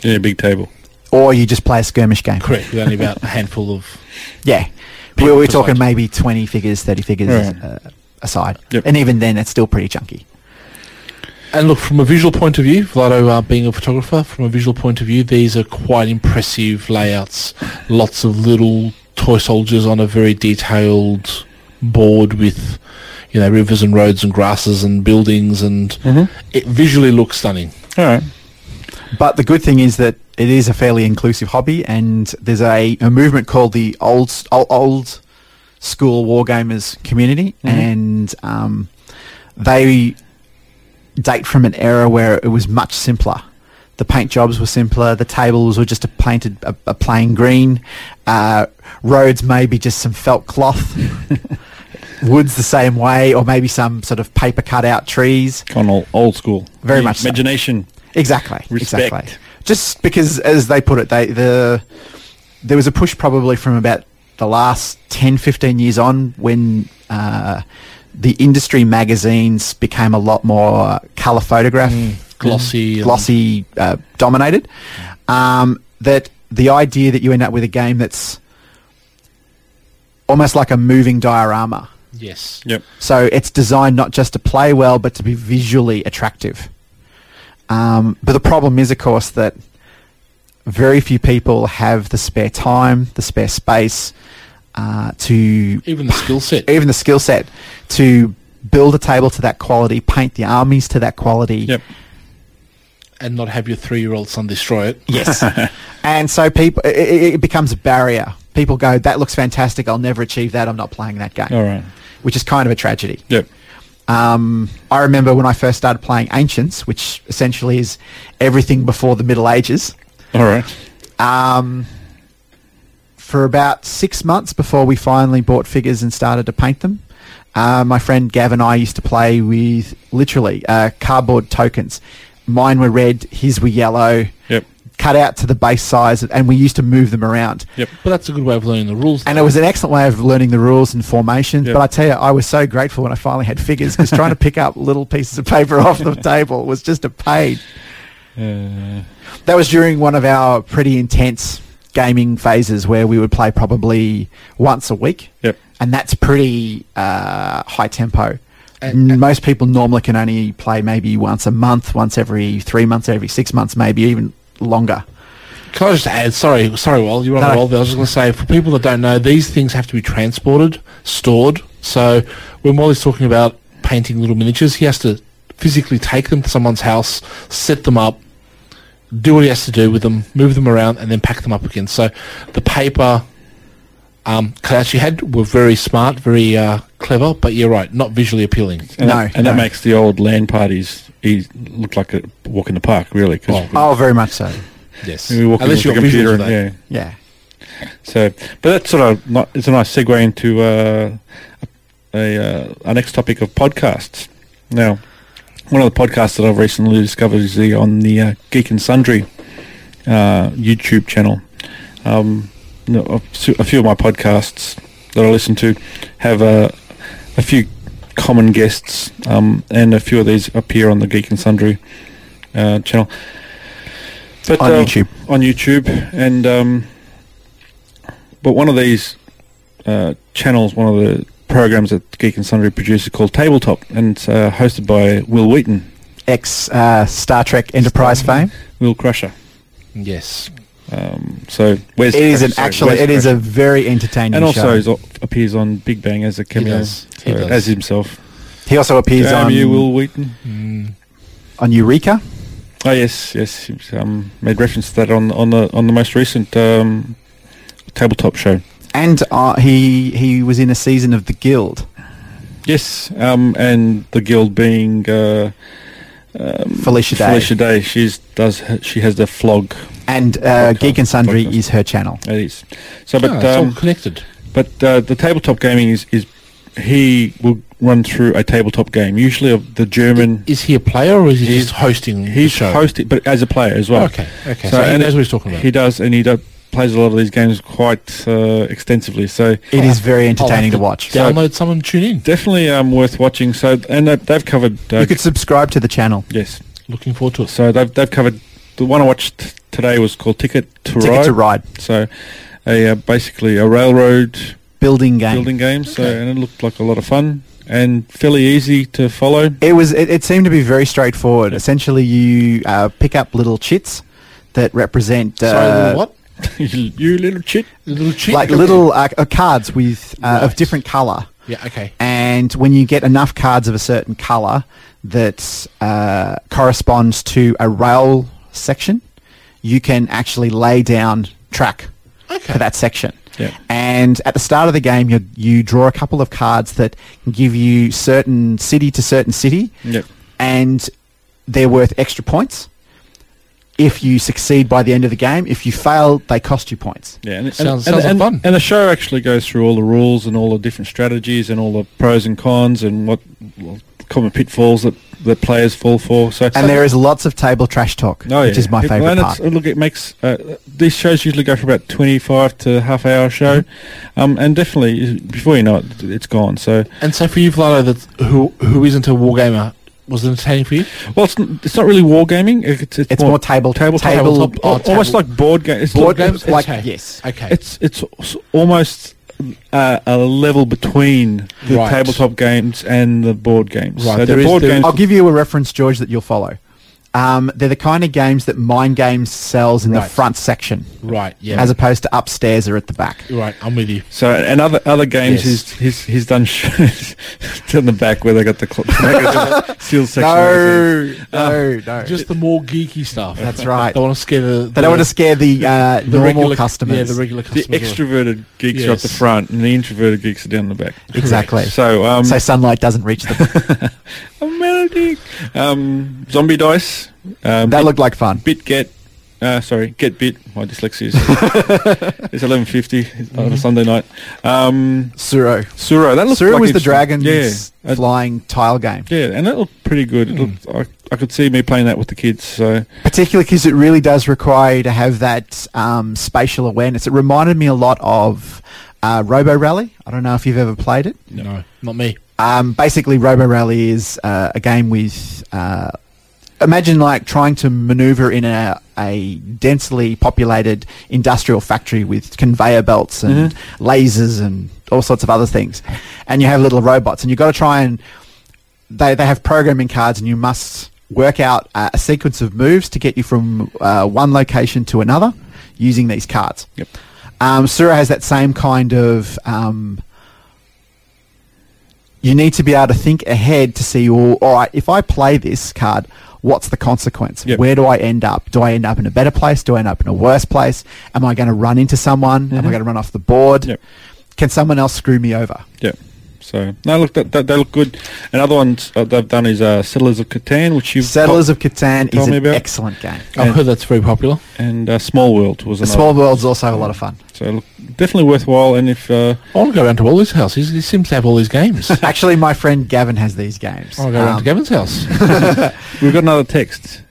[SPEAKER 4] Yeah, big table.
[SPEAKER 6] Or you just play a skirmish game.
[SPEAKER 5] Correct, with only about a handful of.
[SPEAKER 6] Yeah. We we're
[SPEAKER 5] to
[SPEAKER 6] talking
[SPEAKER 5] fight.
[SPEAKER 6] maybe 20 figures, 30 figures
[SPEAKER 4] Right.
[SPEAKER 6] uh, aside.
[SPEAKER 4] Yep.
[SPEAKER 6] And even then, it's still pretty chunky.
[SPEAKER 5] And look, from a visual point of view, Vlado uh, being a photographer, from a visual point of view, these are quite impressive layouts. Lots of little toy soldiers on a very detailed board with, you know, rivers and roads and grasses and buildings, and
[SPEAKER 6] Mm-hmm.
[SPEAKER 5] it visually looks stunning.
[SPEAKER 4] All right.
[SPEAKER 6] But the good thing is that it is a fairly inclusive hobby, and there's a, a movement called the old old, old school wargamers community, and um, they date from an era where it was much simpler. The paint jobs were simpler. The tables were just a painted a, a plain green. Uh, roads maybe just some felt cloth. Woods the same way, or maybe some sort of paper cut out trees.
[SPEAKER 4] Gone all old school.
[SPEAKER 6] Very
[SPEAKER 4] The
[SPEAKER 6] much so.
[SPEAKER 4] Imagination.
[SPEAKER 6] Exactly.
[SPEAKER 4] Respect.
[SPEAKER 6] Exactly. Just because, as they put it, they the there was a push probably from about the last 10, 15 years on when uh, the industry magazines became a lot more colour photograph,
[SPEAKER 5] glossy and-
[SPEAKER 6] glossy uh, dominated. Um, that the idea that you end up with a game that's almost like a moving diorama.
[SPEAKER 5] Yes.
[SPEAKER 4] Yep.
[SPEAKER 6] So it's designed not just to play well, but to be visually attractive. Um, but the problem is, of course, that very few people have the spare time, the spare space, uh, to
[SPEAKER 5] Even the skill set.
[SPEAKER 6] even the skill set to build a table to that quality, paint the armies to that quality.
[SPEAKER 4] Yep.
[SPEAKER 5] and not have your three-year-old son destroy it.
[SPEAKER 6] Yes.
[SPEAKER 4] *laughs*
[SPEAKER 6] and so people, it, it it becomes a barrier. People go, "That looks fantastic. I'll never achieve that. I'm not playing that game,"
[SPEAKER 4] All right.
[SPEAKER 6] which is kind of a tragedy.
[SPEAKER 4] Yep.
[SPEAKER 6] Um, I remember when I first started playing Ancients, which essentially is everything before the Middle Ages.
[SPEAKER 4] All right.
[SPEAKER 6] Um, for about six months before we finally bought figures and started to paint them, uh, my friend Gav and I used to play with literally uh, cardboard tokens. Mine were red, his were yellow,
[SPEAKER 4] Yep.
[SPEAKER 6] cut out to the base size, and we used to move them around.
[SPEAKER 4] Yep.
[SPEAKER 5] But that's a good way of learning the rules.
[SPEAKER 6] And it was an excellent way of learning the rules and formation.
[SPEAKER 4] Yeah.
[SPEAKER 6] But I tell you, I was so grateful when I finally had figures because trying to pick up little pieces of paper *laughs* off the table was just a pain.
[SPEAKER 4] Uh,
[SPEAKER 6] That was during one of our pretty intense gaming phases where we would play probably once a week.
[SPEAKER 4] Yep.
[SPEAKER 6] And that's pretty uh, high tempo.
[SPEAKER 5] And-
[SPEAKER 6] Most people normally can only play maybe once a month, once every three months, every six months, maybe even longer.
[SPEAKER 5] Can I just add? Sorry, sorry, Wal, you're on
[SPEAKER 6] No.
[SPEAKER 5] a roll. there. I was just going to say, for people that don't know, these things have to be transported, stored. So when Wally's talking about painting little miniatures, he has to physically take them to someone's house, set them up, do what he has to do with them, move them around, and then pack them up again. So the paper um, cutouts you had were very smart, very uh, clever, but you're right, not visually appealing.
[SPEAKER 4] and
[SPEAKER 6] No,
[SPEAKER 4] That, and
[SPEAKER 6] no.
[SPEAKER 4] that makes the old land parties e- look like a walk in the park, really. 'cause
[SPEAKER 5] Oh.
[SPEAKER 6] Oh, very much so.
[SPEAKER 5] Yes,
[SPEAKER 4] we walk
[SPEAKER 5] unless
[SPEAKER 4] in
[SPEAKER 5] you're
[SPEAKER 4] with the
[SPEAKER 5] computer.
[SPEAKER 4] computer.
[SPEAKER 5] Visual,
[SPEAKER 4] And,
[SPEAKER 5] yeah.
[SPEAKER 4] yeah.
[SPEAKER 6] Yeah.
[SPEAKER 4] So, but that's sort of not, it's a nice segue into uh, a uh, our next topic of podcasts. Now, one of the podcasts that I've recently discovered is the, on the uh, Geek and Sundry uh, YouTube channel. Um, you know, a few- a few of my podcasts that I listen to have a, a few common guests, um, and a few of these appear on the Geek and Sundry uh, channel. But,
[SPEAKER 6] On
[SPEAKER 4] uh,
[SPEAKER 6] YouTube.
[SPEAKER 4] On YouTube, and um, but one of these uh, channels, one of the programs that Geek and Sundry produce is called Tabletop, and it's uh, hosted by Will Wheaton,
[SPEAKER 6] Ex uh, Star Trek Enterprise fame.
[SPEAKER 4] Will Crusher.
[SPEAKER 5] Yes,
[SPEAKER 4] Um, so where's
[SPEAKER 6] It is an
[SPEAKER 4] Crusher? Sorry,
[SPEAKER 6] actually.
[SPEAKER 4] where's
[SPEAKER 6] It is a
[SPEAKER 4] Crusher?
[SPEAKER 6] very entertaining
[SPEAKER 4] and also
[SPEAKER 6] show.
[SPEAKER 4] he's, op- appears on Big Bang as a cameo,
[SPEAKER 5] does. He
[SPEAKER 4] so,
[SPEAKER 5] does.
[SPEAKER 4] as himself.
[SPEAKER 6] He also appears
[SPEAKER 4] Damn
[SPEAKER 6] on
[SPEAKER 4] you, Will Wheaton.
[SPEAKER 5] Mm.
[SPEAKER 6] on Eureka.
[SPEAKER 4] Oh yes, yes. he's, Um, made reference to that on on the on the most recent um, tabletop show.
[SPEAKER 6] and uh, he he was in a season of the Guild
[SPEAKER 4] Yes, um, and the guild being uh,
[SPEAKER 6] Felicia Day,
[SPEAKER 4] Felicia Day. She's does she has the flog.
[SPEAKER 6] and uh,
[SPEAKER 4] Podcast.
[SPEAKER 6] Geek and Sundry
[SPEAKER 4] Podcast.
[SPEAKER 6] is her channel.
[SPEAKER 4] It is so,
[SPEAKER 5] Ah,
[SPEAKER 4] but
[SPEAKER 5] it's all
[SPEAKER 4] um,
[SPEAKER 5] connected.
[SPEAKER 4] but uh, the tabletop gaming is is he will run through a tabletop game, usually of the German.
[SPEAKER 5] Is he a player or is he just hosting the
[SPEAKER 4] He's
[SPEAKER 5] show?
[SPEAKER 4] hosted, but as a player as well.
[SPEAKER 5] Okay, okay. So, he
[SPEAKER 4] and
[SPEAKER 5] knows
[SPEAKER 4] it-
[SPEAKER 5] what he's talking about.
[SPEAKER 4] He does, and he does, plays a lot of these games quite uh, extensively. So
[SPEAKER 6] It is very entertaining
[SPEAKER 5] I'll have
[SPEAKER 6] to watch.
[SPEAKER 5] Download some and tune in.
[SPEAKER 4] definitely um, worth watching. So and they- they've covered. Uh,
[SPEAKER 6] You could subscribe to the channel.
[SPEAKER 4] yes.
[SPEAKER 5] Looking forward to it.
[SPEAKER 4] So they've they've covered. The one I watched t- today was called Ticket to
[SPEAKER 6] Ticket
[SPEAKER 4] Ride.
[SPEAKER 6] to Ride.
[SPEAKER 4] So, a uh, basically a railroad
[SPEAKER 6] Building game.
[SPEAKER 4] building game. So and it looked like a lot of fun and fairly easy to follow.
[SPEAKER 5] *laughs*
[SPEAKER 6] It was. It, it seemed to be very straightforward. Essentially, you uh, pick up little chits that represent uh,
[SPEAKER 5] Sorry, little what?
[SPEAKER 4] you little chit.
[SPEAKER 5] Little cheat?
[SPEAKER 6] like little uh, uh, cards with uh,
[SPEAKER 5] Right.
[SPEAKER 6] of different color.
[SPEAKER 5] Yeah, okay.
[SPEAKER 6] And when you get enough cards of a certain color that uh, corresponds to a rail section, you can actually lay down track
[SPEAKER 5] Okay.
[SPEAKER 6] for that section.
[SPEAKER 4] Yeah.
[SPEAKER 6] And at the start of the game, you, you draw a couple of cards that give you certain city to certain city,
[SPEAKER 4] Yep.
[SPEAKER 6] and they're worth extra points. If you succeed by the end of the game, if you fail, they cost you points.
[SPEAKER 4] Yeah, and, it-
[SPEAKER 5] Sounds-
[SPEAKER 4] and,
[SPEAKER 5] sounds like
[SPEAKER 4] and,
[SPEAKER 5] fun.
[SPEAKER 4] And the show actually goes through all the rules and all the different strategies and all the pros and cons and what well, common pitfalls that that players fall for. So
[SPEAKER 6] And there is lots of table trash talk,
[SPEAKER 4] Oh,
[SPEAKER 6] which
[SPEAKER 4] yeah.
[SPEAKER 6] is my
[SPEAKER 4] It-
[SPEAKER 6] favourite
[SPEAKER 4] and it's-
[SPEAKER 6] part.
[SPEAKER 4] Look, it makes uh, these shows usually go for about twenty-five to half hour show,
[SPEAKER 6] Mm-hmm.
[SPEAKER 4] um, and definitely before you know it, it's gone. So
[SPEAKER 5] And so for you, Vlado, that who who isn't a wargamer, was it entertaining for you?
[SPEAKER 4] well, it's, n- it's not really wargaming. It's, it's,
[SPEAKER 6] It's more table-
[SPEAKER 4] tabletop,
[SPEAKER 6] tabletop-
[SPEAKER 4] al-
[SPEAKER 5] oh,
[SPEAKER 4] almost
[SPEAKER 5] table-
[SPEAKER 4] like board game. It's
[SPEAKER 6] Board
[SPEAKER 4] like-
[SPEAKER 6] games,
[SPEAKER 4] it's-
[SPEAKER 6] like-
[SPEAKER 5] okay.
[SPEAKER 6] yes.
[SPEAKER 5] Okay.
[SPEAKER 4] It's it's s- almost uh, a level between the
[SPEAKER 5] Right.
[SPEAKER 4] tabletop games and the board games.
[SPEAKER 5] Right,
[SPEAKER 4] So
[SPEAKER 5] there
[SPEAKER 4] the
[SPEAKER 5] is-
[SPEAKER 4] board
[SPEAKER 5] there is-
[SPEAKER 4] games.
[SPEAKER 6] I'll give you a reference, George, that you'll follow. Um, they're the kind of games that Mind Games sells in the
[SPEAKER 5] Right.
[SPEAKER 6] front section,
[SPEAKER 5] right, yeah.
[SPEAKER 6] as opposed to upstairs or at the back.
[SPEAKER 5] right, I'm with you.
[SPEAKER 4] so and other other games
[SPEAKER 5] Yes.
[SPEAKER 4] he's he's he's done *laughs* shows down the back where they got the cl- *laughs* sealed section.
[SPEAKER 6] no, no.
[SPEAKER 5] Just the more geeky stuff.
[SPEAKER 6] That's right.
[SPEAKER 5] They want to scare the...
[SPEAKER 6] they don't want to scare the, uh, normal
[SPEAKER 5] regular,
[SPEAKER 6] customers.
[SPEAKER 5] Yeah, the regular
[SPEAKER 4] The
[SPEAKER 5] customers.
[SPEAKER 4] extroverted geeks are up the
[SPEAKER 5] Yes.
[SPEAKER 4] front, and the introverted geeks are down the back.
[SPEAKER 6] exactly. So,
[SPEAKER 4] So, um,
[SPEAKER 6] sunlight doesn't reach them.
[SPEAKER 4] a melody. Um, zombie dice. Um,
[SPEAKER 6] that looked like fun.
[SPEAKER 4] bit get. Uh, sorry, get bit. My dyslexia *laughs* is it's eleven fifty on a Sunday night. Um,
[SPEAKER 6] Suro.
[SPEAKER 4] Mm-hmm. Suro, that looks.
[SPEAKER 6] Suro
[SPEAKER 4] like
[SPEAKER 6] was
[SPEAKER 4] it's-
[SPEAKER 6] the dragon's
[SPEAKER 4] Yeah, uh,
[SPEAKER 6] flying tile game,
[SPEAKER 4] yeah, and that looked pretty good. It looked, I, I could see me playing that with the kids. So
[SPEAKER 6] particularly because it really does require you to have that um, spatial awareness. It reminded me a lot of uh, Robo Rally. I don't know if you've ever played it.
[SPEAKER 5] No, not me.
[SPEAKER 6] Um, basically, Robo Rally is uh, a game with. Uh, imagine like trying to maneuver in a, a densely populated industrial factory with conveyor belts and lasers and all sorts of other things. And you have little robots, and you've got to try and. They, they have programming cards, and you must work out uh, a sequence of moves to get you from uh, one location to another using these cards.
[SPEAKER 4] Yep.
[SPEAKER 6] Um, Sura has that same kind of um, you need to be able to think ahead to see, well, all right, if I play this card, what's the consequence?
[SPEAKER 4] Yep.
[SPEAKER 6] Where do I end up? Do I end up in a better place? Do I end up in a worse place? Am I going to run into someone? Am I going to run off the board?
[SPEAKER 4] Mm-hmm. Yep.
[SPEAKER 6] Can someone else screw me over?
[SPEAKER 4] yeah, so no, look, that, that, they look good. Another ones uh, they've done is uh, Settlers of Catan, which you've
[SPEAKER 6] Settlers of Catan
[SPEAKER 4] tell
[SPEAKER 6] is
[SPEAKER 4] me
[SPEAKER 6] an
[SPEAKER 4] about-
[SPEAKER 6] excellent game.
[SPEAKER 5] I've heard that's very popular.
[SPEAKER 4] and uh, Small World was
[SPEAKER 6] The
[SPEAKER 4] another.
[SPEAKER 6] Small World's also a lot
[SPEAKER 4] *laughs*
[SPEAKER 6] of fun.
[SPEAKER 4] so look, definitely worthwhile. And if uh,
[SPEAKER 5] I want to go round to Wally's house. He's, he seems to have all these games. I
[SPEAKER 6] Actually, my friend Gavin has these games.
[SPEAKER 5] want to go round to
[SPEAKER 6] Um,
[SPEAKER 5] Gavin's house.
[SPEAKER 4] we've got another text,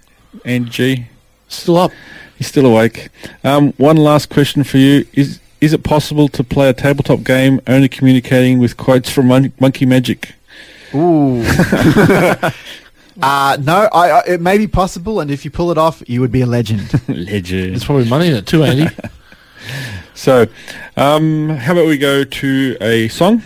[SPEAKER 4] NG.
[SPEAKER 5] Still up.
[SPEAKER 4] He's still awake. Um, one last question for you: Is is it possible to play a tabletop game only communicating with quotes from Mon- Monkey Magic?
[SPEAKER 6] Ooh. Um, *laughs* uh, no, I, I, it may be possible, and if you pull it off, you would be a *laughs* legend.
[SPEAKER 5] There's
[SPEAKER 4] Legend.
[SPEAKER 5] probably money in it too, Andy.
[SPEAKER 4] So, um, how about we go to a song?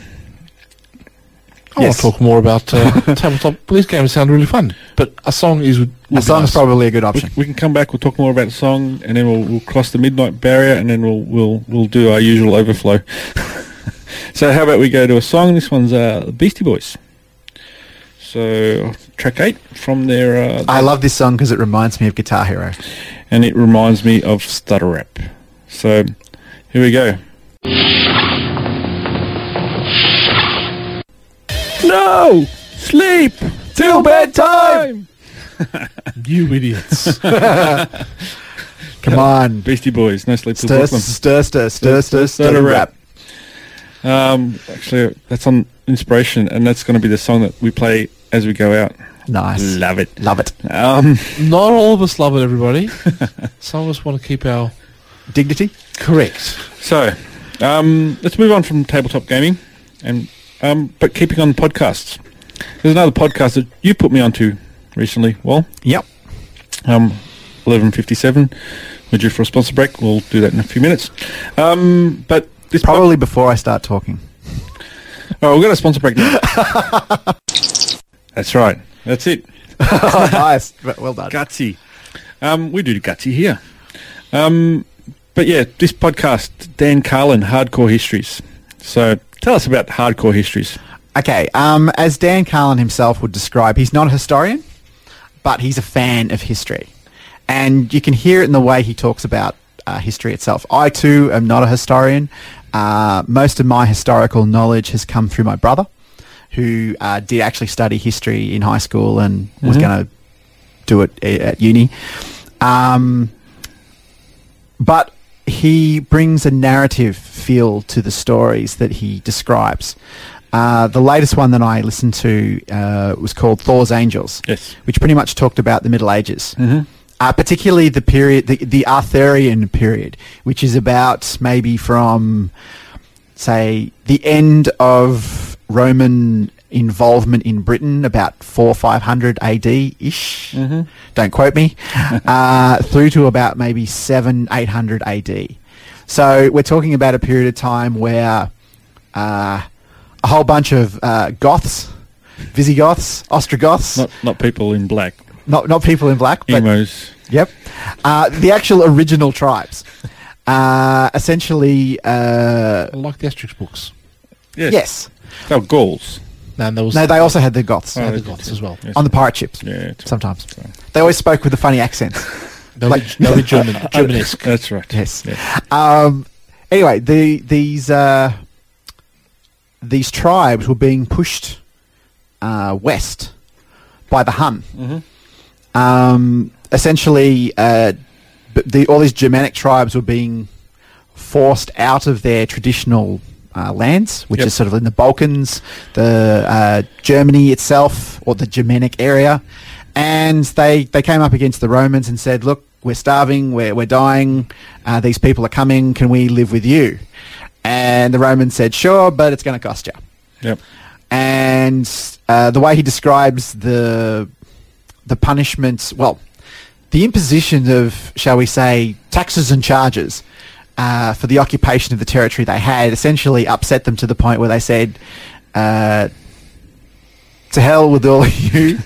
[SPEAKER 5] I
[SPEAKER 6] Yes.
[SPEAKER 5] want to talk more about uh, tabletop. Well, these games sound really fun, but a song is would, would
[SPEAKER 6] a song's
[SPEAKER 5] be nice.
[SPEAKER 6] probably a good
[SPEAKER 4] We,
[SPEAKER 6] option.
[SPEAKER 4] we can come back. We'll talk more about the song, and then we'll, we'll cross the midnight barrier, and then we'll we'll we'll do our usual overflow. *laughs* so, how about we go to a song? This one's uh, Beastie Boys. So, track eight from their uh,
[SPEAKER 6] I love this song because it reminds me of Guitar Hero. *laughs*
[SPEAKER 4] and it reminds me of stutter rap. So here we go. No sleep till bedtime.
[SPEAKER 5] You idiots!
[SPEAKER 6] Come on.
[SPEAKER 4] Beastie Boys, no sleep till
[SPEAKER 6] Stir,
[SPEAKER 4] Brooklyn.
[SPEAKER 6] stir, stir, stir, stir, stir,
[SPEAKER 4] to
[SPEAKER 6] rap.
[SPEAKER 4] Um, actually, that's on inspiration, and that's going to be the song that we play as we go out.
[SPEAKER 6] Nice.
[SPEAKER 4] Love it.
[SPEAKER 6] Love it.
[SPEAKER 4] Um,
[SPEAKER 5] Not all of us love it, everybody. Some of us want to keep our
[SPEAKER 6] Dignity.
[SPEAKER 5] correct.
[SPEAKER 4] so um, let's move on from tabletop gaming, and um, but keeping on podcasts. There's another podcast that you put me onto recently. Well,
[SPEAKER 6] Yep.
[SPEAKER 4] um, 11:57. We're due for a sponsor break. We'll do that in a few minutes. Um, but this pod-
[SPEAKER 6] Probably before I start *laughs* talking.
[SPEAKER 4] oh, we've got a sponsor break now. That's right. That's it.
[SPEAKER 6] Oh, nice. Well done.
[SPEAKER 4] Gutsy. Um, we do gutsy here. Um, but yeah, this podcast, Dan Carlin, Hardcore Histories. So tell us about Hardcore Histories.
[SPEAKER 6] Okay, um, as Dan Carlin himself would describe, he's not a historian, but he's a fan of history. And you can hear it in the way he talks about uh, history itself. I, too, am not a historian. Uh, most of my historical knowledge has come through my brother, who uh, did actually study history in high school and was going to do it a- at uni. Um, but he brings a narrative feel to the stories that he describes. Uh, the latest one that I listened to uh, was called Thor's Angels,
[SPEAKER 4] Yes.
[SPEAKER 6] which pretty much talked about the Middle Ages, uh, particularly the period, the, the Arthurian period, which is about maybe from, say, the end of Roman involvement in Britain, about four five hundred A.D. ish. Don't quote me. uh, through to about maybe seven eight hundred A.D. So we're talking about a period of time where uh, a whole bunch of uh, Goths, Visigoths, Ostrogoths,
[SPEAKER 4] Not not people in black,
[SPEAKER 6] not not people in black, but
[SPEAKER 4] emos.
[SPEAKER 6] yep, uh, the actual original tribes. Uh, essentially, uh,
[SPEAKER 5] Like the Asterix books.
[SPEAKER 4] Yes.
[SPEAKER 6] yes.
[SPEAKER 4] They were Gauls.
[SPEAKER 5] And there was
[SPEAKER 6] No, they also had the Goths
[SPEAKER 5] they
[SPEAKER 4] Oh,
[SPEAKER 5] had
[SPEAKER 4] they
[SPEAKER 5] the
[SPEAKER 4] did
[SPEAKER 5] Goths
[SPEAKER 4] too.
[SPEAKER 5] as well.
[SPEAKER 4] Yes.
[SPEAKER 6] on the pirate ships.
[SPEAKER 4] Yeah, it's-
[SPEAKER 6] sometimes they always spoke with a funny accent.
[SPEAKER 5] They'll, be,
[SPEAKER 6] Like-
[SPEAKER 4] *laughs*
[SPEAKER 5] they'll be German, Germanesque.
[SPEAKER 4] That's right.
[SPEAKER 6] yes.
[SPEAKER 4] Yeah.
[SPEAKER 6] Um, anyway, the these uh, these tribes were being pushed uh, west by the Hun. Um, essentially, uh, b- the, all these Germanic tribes were being forced out of their traditional uh, lands, which
[SPEAKER 4] Yep.
[SPEAKER 6] is sort of in the Balkans, the uh, Germany itself, or the Germanic area, and they they came up against the Romans and said, "Look, we're starving, we're we're dying. Uh, these people are coming. Can we live with you?" And the Romans said, "Sure, but it's going to cost you."
[SPEAKER 4] Yep.
[SPEAKER 6] and uh, the way he describes the the punishments, well, the imposition of, shall we say, taxes and charges uh, for the occupation of the territory they had, essentially upset them to the point where they said, uh, "To hell with all of you."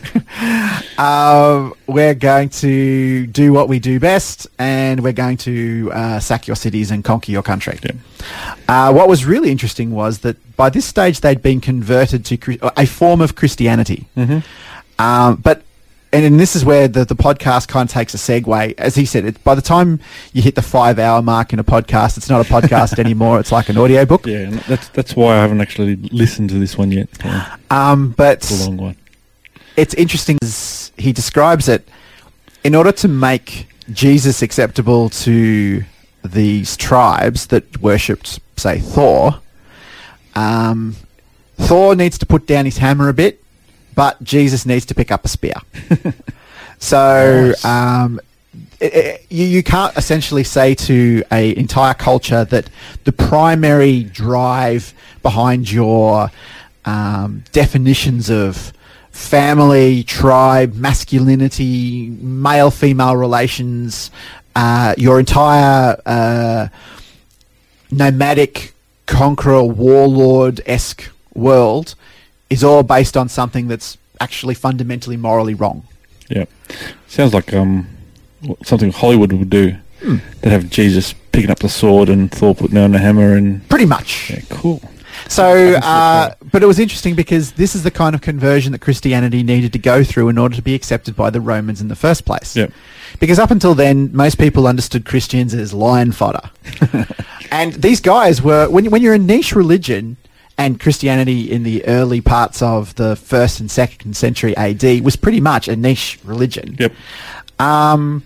[SPEAKER 6] *laughs* um, we're going to do what we do best, and we're going to uh, sack your cities and conquer your country.
[SPEAKER 4] Yeah.
[SPEAKER 6] Uh, what was really interesting was that by this stage they'd been converted to Chri- uh, a form of Christianity.
[SPEAKER 4] Mm-hmm.
[SPEAKER 6] Um, but and, and this is where the, the podcast kind of takes a segue. As he said, it, by the time you hit the five hour mark in a podcast, it's not a
[SPEAKER 4] *laughs*
[SPEAKER 6] podcast anymore. It's like an audiobook.
[SPEAKER 4] Yeah, and that's that's why I haven't actually listened to this one yet. Yeah,
[SPEAKER 6] Um, but
[SPEAKER 4] It's a long one.
[SPEAKER 6] it's interesting as he describes it in order to make Jesus acceptable to these tribes that worshipped, say, Thor. Um, Thor needs to put down his hammer a bit, but Jesus needs to pick up a spear. *laughs* so
[SPEAKER 5] Nice.
[SPEAKER 6] um, i i you, you can't essentially say to a entire culture that the primary drive behind your um, definitions of family, tribe, masculinity, male female relations, uh, your entire uh, nomadic conqueror warlord esque world is all based on something that's actually fundamentally morally wrong.
[SPEAKER 4] Yeah. Sounds like um something Hollywood would do.
[SPEAKER 6] Hmm.
[SPEAKER 4] They'd have Jesus picking up the sword and Thor putting down the hammer and
[SPEAKER 6] Pretty much.
[SPEAKER 4] yeah, cool.
[SPEAKER 6] So, uh, but it was interesting because this is the kind of conversion that Christianity needed to go through in order to be accepted by the Romans in the first place.
[SPEAKER 4] Yep.
[SPEAKER 6] Because up until then, most people understood Christians as lion fodder. and these guys were, when, when you're a niche religion, and Christianity in the early parts of the first and second century AD was pretty much a niche religion.
[SPEAKER 4] Yep.
[SPEAKER 6] Um,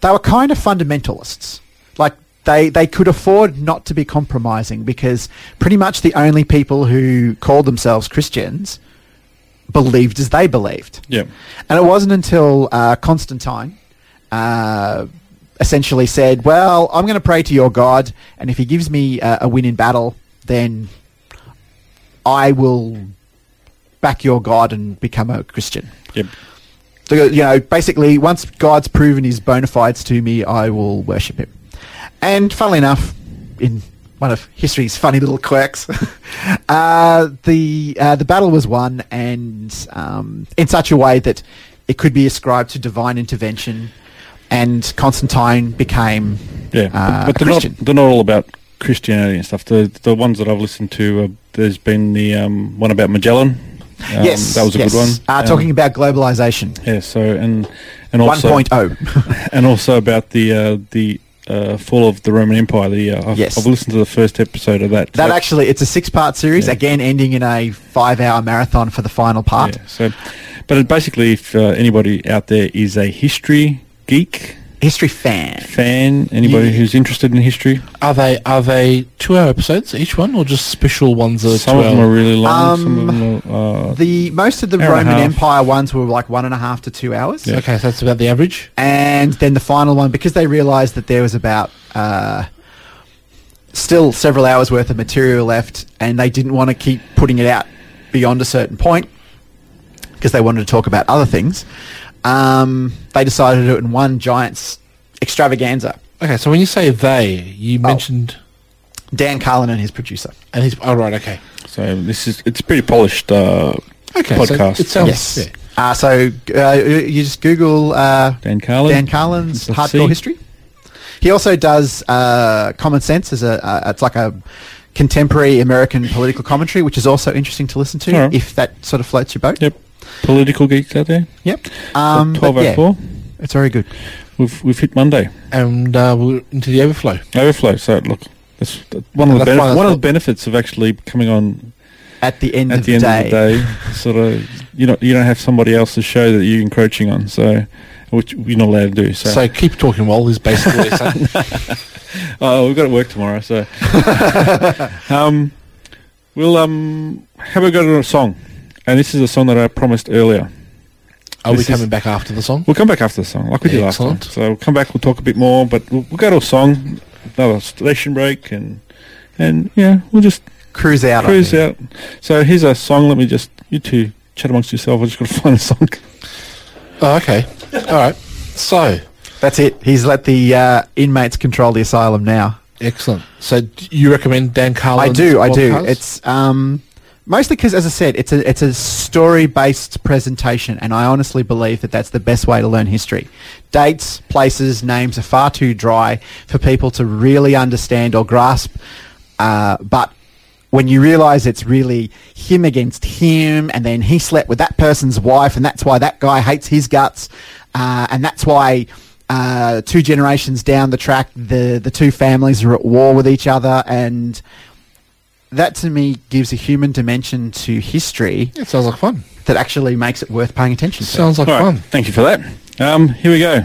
[SPEAKER 6] they were kind of fundamentalists. Like they they could afford not to be compromising because pretty much the only people who called themselves Christians believed as they believed.
[SPEAKER 4] Yep.
[SPEAKER 6] And it wasn't until uh, Constantine uh, essentially said, "Well, I'm going to pray to your God, and if he gives me uh, a win in battle, then I will back your God and become a Christian."
[SPEAKER 4] Yep.
[SPEAKER 6] So, you know, basically, once God's proven his bona fides to me, I will worship him. And funnily enough, in one of history's funny little quirks, *laughs* uh, the uh, the battle was won, and um, in such a way that it could be ascribed to divine intervention, and Constantine became
[SPEAKER 4] Yeah,
[SPEAKER 6] uh,
[SPEAKER 4] but, but
[SPEAKER 6] a
[SPEAKER 4] they're
[SPEAKER 6] Christian.
[SPEAKER 4] not they're not all about Christianity and stuff. The the ones that I've listened to, uh, there's been the um, one about Magellan. Um,
[SPEAKER 6] yes,
[SPEAKER 4] that was a
[SPEAKER 6] yes.
[SPEAKER 4] good one.
[SPEAKER 6] Uh,
[SPEAKER 4] Um,
[SPEAKER 6] talking about globalization, oh.
[SPEAKER 4] yeah, so and and also *laughs*
[SPEAKER 6] 1.0.
[SPEAKER 4] and also about the uh, the uh, fall of the Roman Empire. The uh, I've,
[SPEAKER 6] Yes.
[SPEAKER 4] I've listened to the first episode of that.
[SPEAKER 6] that
[SPEAKER 4] So-
[SPEAKER 6] actually, it's a six-part series, again ending in a five-hour marathon for the final part.
[SPEAKER 4] Yeah, so, but it basically, if uh, anybody out there is a history geek
[SPEAKER 6] History fan.
[SPEAKER 4] fan, anybody
[SPEAKER 6] Yeah.
[SPEAKER 4] who's interested in history,
[SPEAKER 5] Are they are they two hour episodes each one, or just special ones? That are
[SPEAKER 4] some of them are
[SPEAKER 5] 12?
[SPEAKER 4] really long.
[SPEAKER 6] Um,
[SPEAKER 4] some of them are. Uh,
[SPEAKER 6] The most of the
[SPEAKER 4] Hour and a half.
[SPEAKER 6] Roman Empire ones were like one and a half to two hours,
[SPEAKER 5] okay, so that's about the average.
[SPEAKER 6] and then the final one because they realised that there was about uh, still several hours worth of material left, and they didn't want to keep putting it out beyond a certain point because they wanted to talk about other things. Um, they decided to do it in one giant s- extravaganza.
[SPEAKER 5] Okay, so when you say they, you mentioned
[SPEAKER 6] Dan Carlin and his producer.
[SPEAKER 5] and he's oh right, okay,
[SPEAKER 4] so this is it's pretty polished. Uh,
[SPEAKER 5] okay,
[SPEAKER 4] Podcast.
[SPEAKER 5] So it sounds
[SPEAKER 6] Yes.
[SPEAKER 5] yeah.
[SPEAKER 6] Uh, so uh, you just Google uh,
[SPEAKER 4] Dan Carlin.
[SPEAKER 6] Dan Carlin's
[SPEAKER 4] Let's
[SPEAKER 6] Hardcore
[SPEAKER 4] see.
[SPEAKER 6] History. He also does uh, Common Sense as a uh, it's like a contemporary American political commentary, which is also interesting to listen to
[SPEAKER 4] All right.
[SPEAKER 6] if that sort of floats your boat.
[SPEAKER 4] Yep. Political geeks out there.
[SPEAKER 6] Yep. Um, but
[SPEAKER 4] Twelve oh
[SPEAKER 6] yeah,
[SPEAKER 4] four.
[SPEAKER 6] it's very good.
[SPEAKER 4] We've we've hit Monday
[SPEAKER 5] and uh, we're into the overflow.
[SPEAKER 4] overflow. So look, that's that's one of the
[SPEAKER 5] That's
[SPEAKER 4] benef-
[SPEAKER 5] why- that's
[SPEAKER 4] one of the
[SPEAKER 5] what-
[SPEAKER 4] benefits of actually coming on
[SPEAKER 6] At the end,
[SPEAKER 4] at
[SPEAKER 6] of,
[SPEAKER 4] the
[SPEAKER 6] the
[SPEAKER 4] end of
[SPEAKER 6] day,
[SPEAKER 4] the day. Sort of, you know, you don't have somebody else's show that you're encroaching on. So, which you're not allowed to do. So,
[SPEAKER 5] So keep talking while is basically *laughs* saying.
[SPEAKER 4] oh, we've got to work tomorrow. So, um, we'll um have a go to a song, and this is a song that I promised earlier.
[SPEAKER 5] Are we
[SPEAKER 4] This is-
[SPEAKER 5] coming back after the song?
[SPEAKER 4] We'll come back after the song, like we did last time.
[SPEAKER 5] Excellent.
[SPEAKER 4] So we'll come back. We'll talk a bit more, but we'll, we'll go to a song, another station break, and and yeah, we'll just
[SPEAKER 6] cruise out. on
[SPEAKER 4] cruise
[SPEAKER 6] it.
[SPEAKER 4] out. So here's a song. Let me just you two chat amongst yourself. I just got to *laughs* find a song.
[SPEAKER 5] Oh, okay, all right. So
[SPEAKER 6] That's it. He's let the uh, inmates control the asylum now.
[SPEAKER 5] excellent. So d- you recommend Dan Carlin?
[SPEAKER 6] I do. I do. It's um, mostly because, as I said, it's a it's a story based presentation, and I honestly believe that that's the best way to learn history. Dates, places, names are far too dry for people to really understand or grasp. Uh, but when you realise it's really him against him, and then he slept with that person's wife, and that's why that guy hates his guts, uh, and that's why uh, two generations down the track, the the two families are at war with each other, and that to me gives a human dimension to history
[SPEAKER 5] It sounds like fun.
[SPEAKER 6] that actually makes it worth paying attention to.
[SPEAKER 5] Sounds like
[SPEAKER 4] All right,
[SPEAKER 5] fun.
[SPEAKER 4] thank you for that. Um, here we go.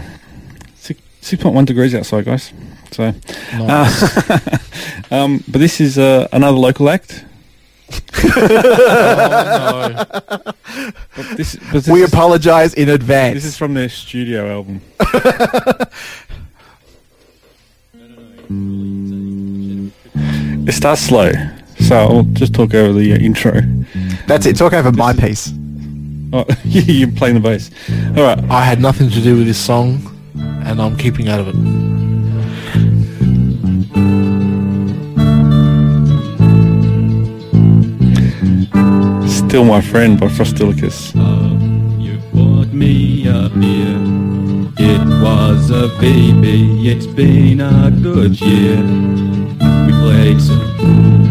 [SPEAKER 4] Six- 6.1 degrees outside, guys. So, *laughs*
[SPEAKER 5] Nice.
[SPEAKER 4] um, but this is uh, another local act.
[SPEAKER 5] oh, no.
[SPEAKER 4] But this, but this,
[SPEAKER 6] we
[SPEAKER 4] is,
[SPEAKER 6] apologise in
[SPEAKER 4] this
[SPEAKER 6] advance.
[SPEAKER 4] is from their studio album. it starts slow, so I'll just talk over the uh, intro.
[SPEAKER 6] That's it. Talk over my piece.
[SPEAKER 4] Oh, *laughs* you're playing the bass. All right,
[SPEAKER 5] I had nothing to do with this song, and I'm keeping out of it.
[SPEAKER 4] Still My Friend by Frostilicus.
[SPEAKER 7] You bought me a beer. It was a baby. It's been a good year. We played some pool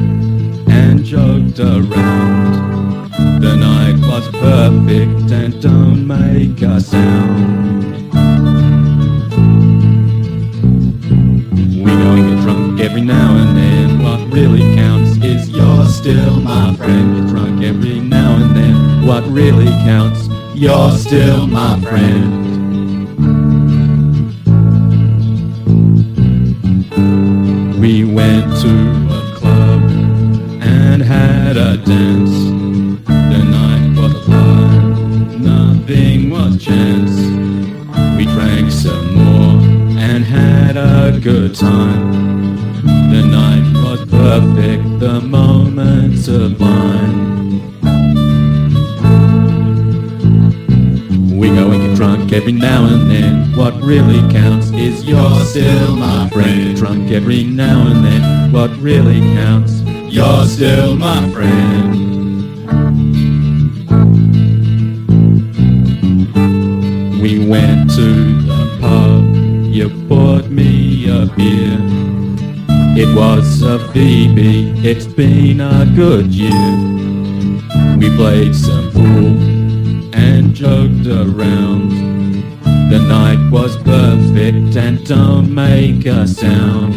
[SPEAKER 7] and joked around. The night was perfect and don't make a sound. We go and get drunk every now and then. What really counts is you're still my friend. Get drunk every now and then. What really counts, you're still my friend. We went to a club and had a dance. The night was live, nothing was chance. We drank some more and had a good time. The night was perfect, the moment sublime. We go and get drunk every now and then. What really counts is you're still my friend. Get drunk every now and then. What really counts, you're still my friend. We went to the pub. You bought me a beer. It was a Phoebe. It's been a good year. We played some pool and joked around. The night was perfect and don't make a sound.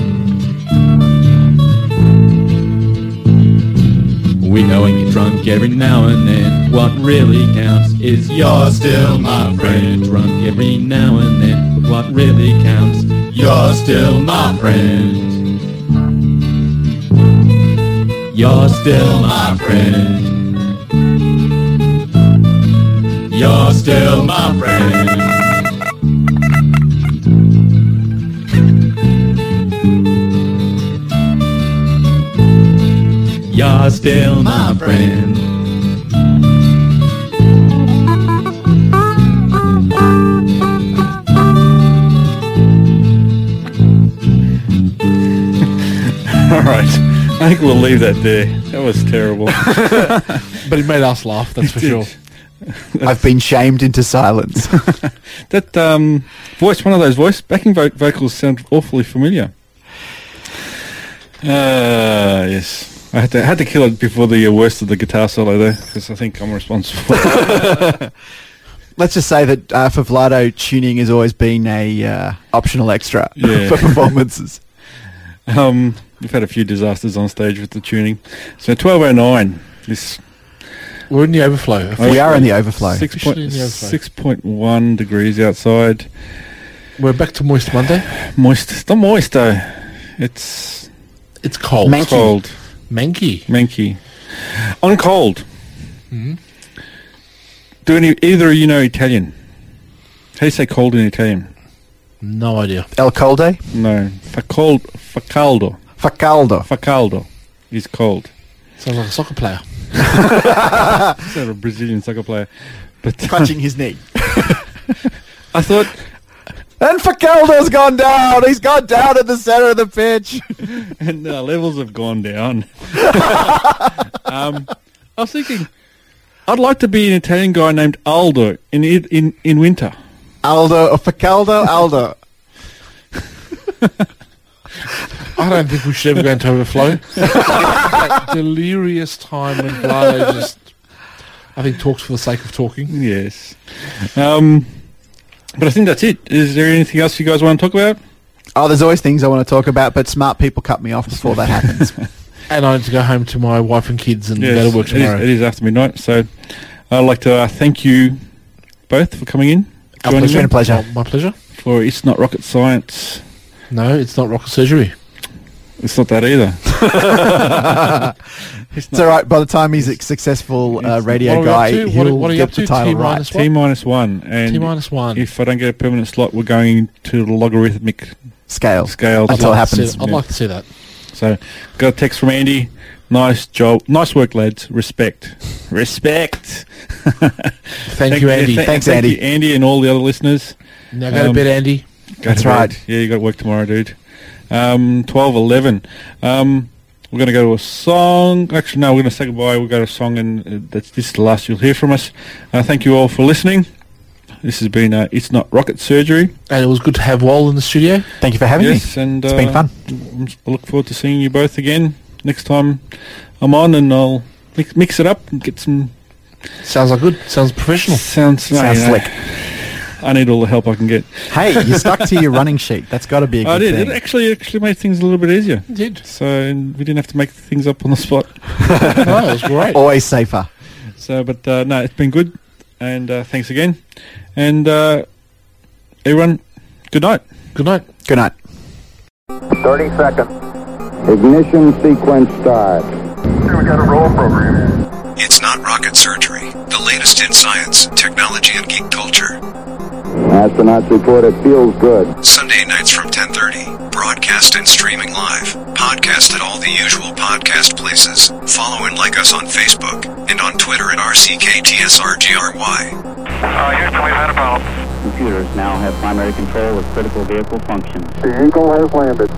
[SPEAKER 7] We know when you're drunk every now and then. What really counts is you're still my friend. Drunk every now and then. But what really counts, you're still my friend. You're still my friend. You're still my friend. You're still my friend.
[SPEAKER 4] All right. I think we'll leave that there. That was terrible.
[SPEAKER 5] But it made us laugh, that's for sure.
[SPEAKER 4] *laughs*
[SPEAKER 6] I've been shamed into silence.
[SPEAKER 4] That um, voice, one of those voice backing vo- vocals, sound awfully familiar. Uh, yes, I had to had to kill it before the uh, worst of the guitar solo there because I think I'm responsible. *laughs*
[SPEAKER 6] Let's just say that uh, for Vlado, tuning has always been a uh, optional extra *laughs*
[SPEAKER 4] Yeah.
[SPEAKER 6] for performances.
[SPEAKER 4] *laughs* um, we've had a few disasters on stage with the tuning. So 1209. This
[SPEAKER 5] We're in the overflow.
[SPEAKER 6] We are in the overflow.
[SPEAKER 4] six
[SPEAKER 5] Officially
[SPEAKER 4] point
[SPEAKER 5] in the overflow.
[SPEAKER 4] six point one degrees outside.
[SPEAKER 5] We're back to Moist Monday.
[SPEAKER 4] Moist. It's not moist though. It's
[SPEAKER 5] It's cold.
[SPEAKER 6] Manky.
[SPEAKER 4] cold.
[SPEAKER 5] Manky.
[SPEAKER 4] Menke. On cold.
[SPEAKER 5] Mm-hmm.
[SPEAKER 4] Do any either of you know Italian? How do you say cold in Italian?
[SPEAKER 5] No idea.
[SPEAKER 6] El Colde?
[SPEAKER 4] No. Fa cold fa caldo.
[SPEAKER 6] Facaldo.
[SPEAKER 4] Fa caldo is cold.
[SPEAKER 5] Sounds like a soccer player.
[SPEAKER 4] It's not a Brazilian soccer player. But um,
[SPEAKER 6] Punching his knee.
[SPEAKER 4] I thought
[SPEAKER 6] *laughs* And Facaldo's gone down! He's gone down at the center of the pitch!
[SPEAKER 4] *laughs* and uh, levels have gone *laughs* down. um, I was thinking I'd like to be an Italian guy named Aldo in in in, in winter.
[SPEAKER 6] Aldo, or Facaldo, Aldo.
[SPEAKER 5] I don't think we should ever go into
[SPEAKER 6] *laughs*
[SPEAKER 5] overflow. Delirious time when Vlado just, I think, talks for the sake of talking.
[SPEAKER 4] Yes. Um, but I think that's it. Is there anything else you guys want to talk about?
[SPEAKER 6] Oh, there's always things I want to talk about, but smart people cut me off before that happens.
[SPEAKER 5] And I need to go home to my wife and kids and go to work
[SPEAKER 4] it is,
[SPEAKER 5] tomorrow.
[SPEAKER 4] it is after midnight. So I'd like to uh, thank you both for coming in.
[SPEAKER 5] Our
[SPEAKER 4] joining
[SPEAKER 6] It's been a
[SPEAKER 4] me
[SPEAKER 6] pleasure.
[SPEAKER 5] My pleasure.
[SPEAKER 4] for It's Not Rocket Science.
[SPEAKER 5] No, it's not rocket surgery.
[SPEAKER 4] It's not that either.
[SPEAKER 6] *laughs* It's all right. By the time he's a successful uh,
[SPEAKER 4] It's-
[SPEAKER 5] what are
[SPEAKER 6] radio
[SPEAKER 5] we up
[SPEAKER 6] guy,
[SPEAKER 5] to? What are-
[SPEAKER 6] he'll
[SPEAKER 5] what are you
[SPEAKER 6] get
[SPEAKER 5] up
[SPEAKER 6] the
[SPEAKER 5] to?
[SPEAKER 6] title
[SPEAKER 5] T
[SPEAKER 6] right.
[SPEAKER 5] minus What?
[SPEAKER 4] T minus one. And
[SPEAKER 5] T minus one.
[SPEAKER 4] if I don't get a permanent slot, we're going to the logarithmic
[SPEAKER 5] Oh,
[SPEAKER 6] Scale.
[SPEAKER 4] scale.
[SPEAKER 6] That's
[SPEAKER 5] I'd
[SPEAKER 6] all
[SPEAKER 5] like to see
[SPEAKER 6] happens.
[SPEAKER 5] that. I'd like to see that.
[SPEAKER 4] So got a text from Andy. Nice job. Nice work, lads. Respect. Respect. *laughs*
[SPEAKER 5] Thank you, Andy.
[SPEAKER 4] th-
[SPEAKER 6] Thanks,
[SPEAKER 4] thank
[SPEAKER 6] Andy.
[SPEAKER 4] you, Andy, and all the other listeners.
[SPEAKER 5] Now go
[SPEAKER 4] Um,
[SPEAKER 5] to bed, Andy.
[SPEAKER 4] Go
[SPEAKER 6] That's
[SPEAKER 4] to bed.
[SPEAKER 6] right.
[SPEAKER 4] Yeah, you got work tomorrow, dude. Um, twelve eleven. Um, we're going to go to a song. Actually, no, we're going to say goodbye. We'll go to a song, and uh, that's this is the last you'll hear from us. Uh, thank you all for listening. This has been uh, it's not rocket surgery.
[SPEAKER 5] And it was good to have Wall in the studio.
[SPEAKER 6] Thank you for having
[SPEAKER 4] yes,
[SPEAKER 6] me.
[SPEAKER 4] and uh,
[SPEAKER 6] It's
[SPEAKER 5] uh, *laughs*
[SPEAKER 6] been fun.
[SPEAKER 4] I'm s- I look forward to seeing you both again next time I'm on, and I'll mix, mix it up and get some
[SPEAKER 5] Sounds like good. Sounds professional.
[SPEAKER 4] sounds.
[SPEAKER 6] Sounds
[SPEAKER 4] no, you know,
[SPEAKER 6] slick.
[SPEAKER 4] I need all the help I can get.
[SPEAKER 6] Hey, you stuck to your running sheet. That's got to be a
[SPEAKER 4] I
[SPEAKER 6] good
[SPEAKER 4] did.
[SPEAKER 6] thing.
[SPEAKER 4] It actually actually made things a little bit easier.
[SPEAKER 5] It did.
[SPEAKER 4] So and we didn't have to make things up on the spot.
[SPEAKER 5] No, it was great.
[SPEAKER 6] *laughs* Always safer.
[SPEAKER 4] So, but uh, no, it's been good, and uh, thanks again, and uh, everyone, good night.
[SPEAKER 5] Good night.
[SPEAKER 6] Good night.
[SPEAKER 2] 30 seconds.
[SPEAKER 1] Ignition sequence start.
[SPEAKER 2] we got a roll program.
[SPEAKER 8] It's not rocket surgery, the latest in science, technology, and geek culture.
[SPEAKER 1] Astronauts report it feels good.
[SPEAKER 8] Sunday nights from 10:30. Broadcast and streaming live. Podcast at all the usual podcast places. Follow and like us on Facebook and on Twitter at RCKTSRGRY.
[SPEAKER 2] Uh, Houston, we've had a problem.
[SPEAKER 9] Computers now have primary control of critical vehicle functions.
[SPEAKER 2] The Eagle has landed.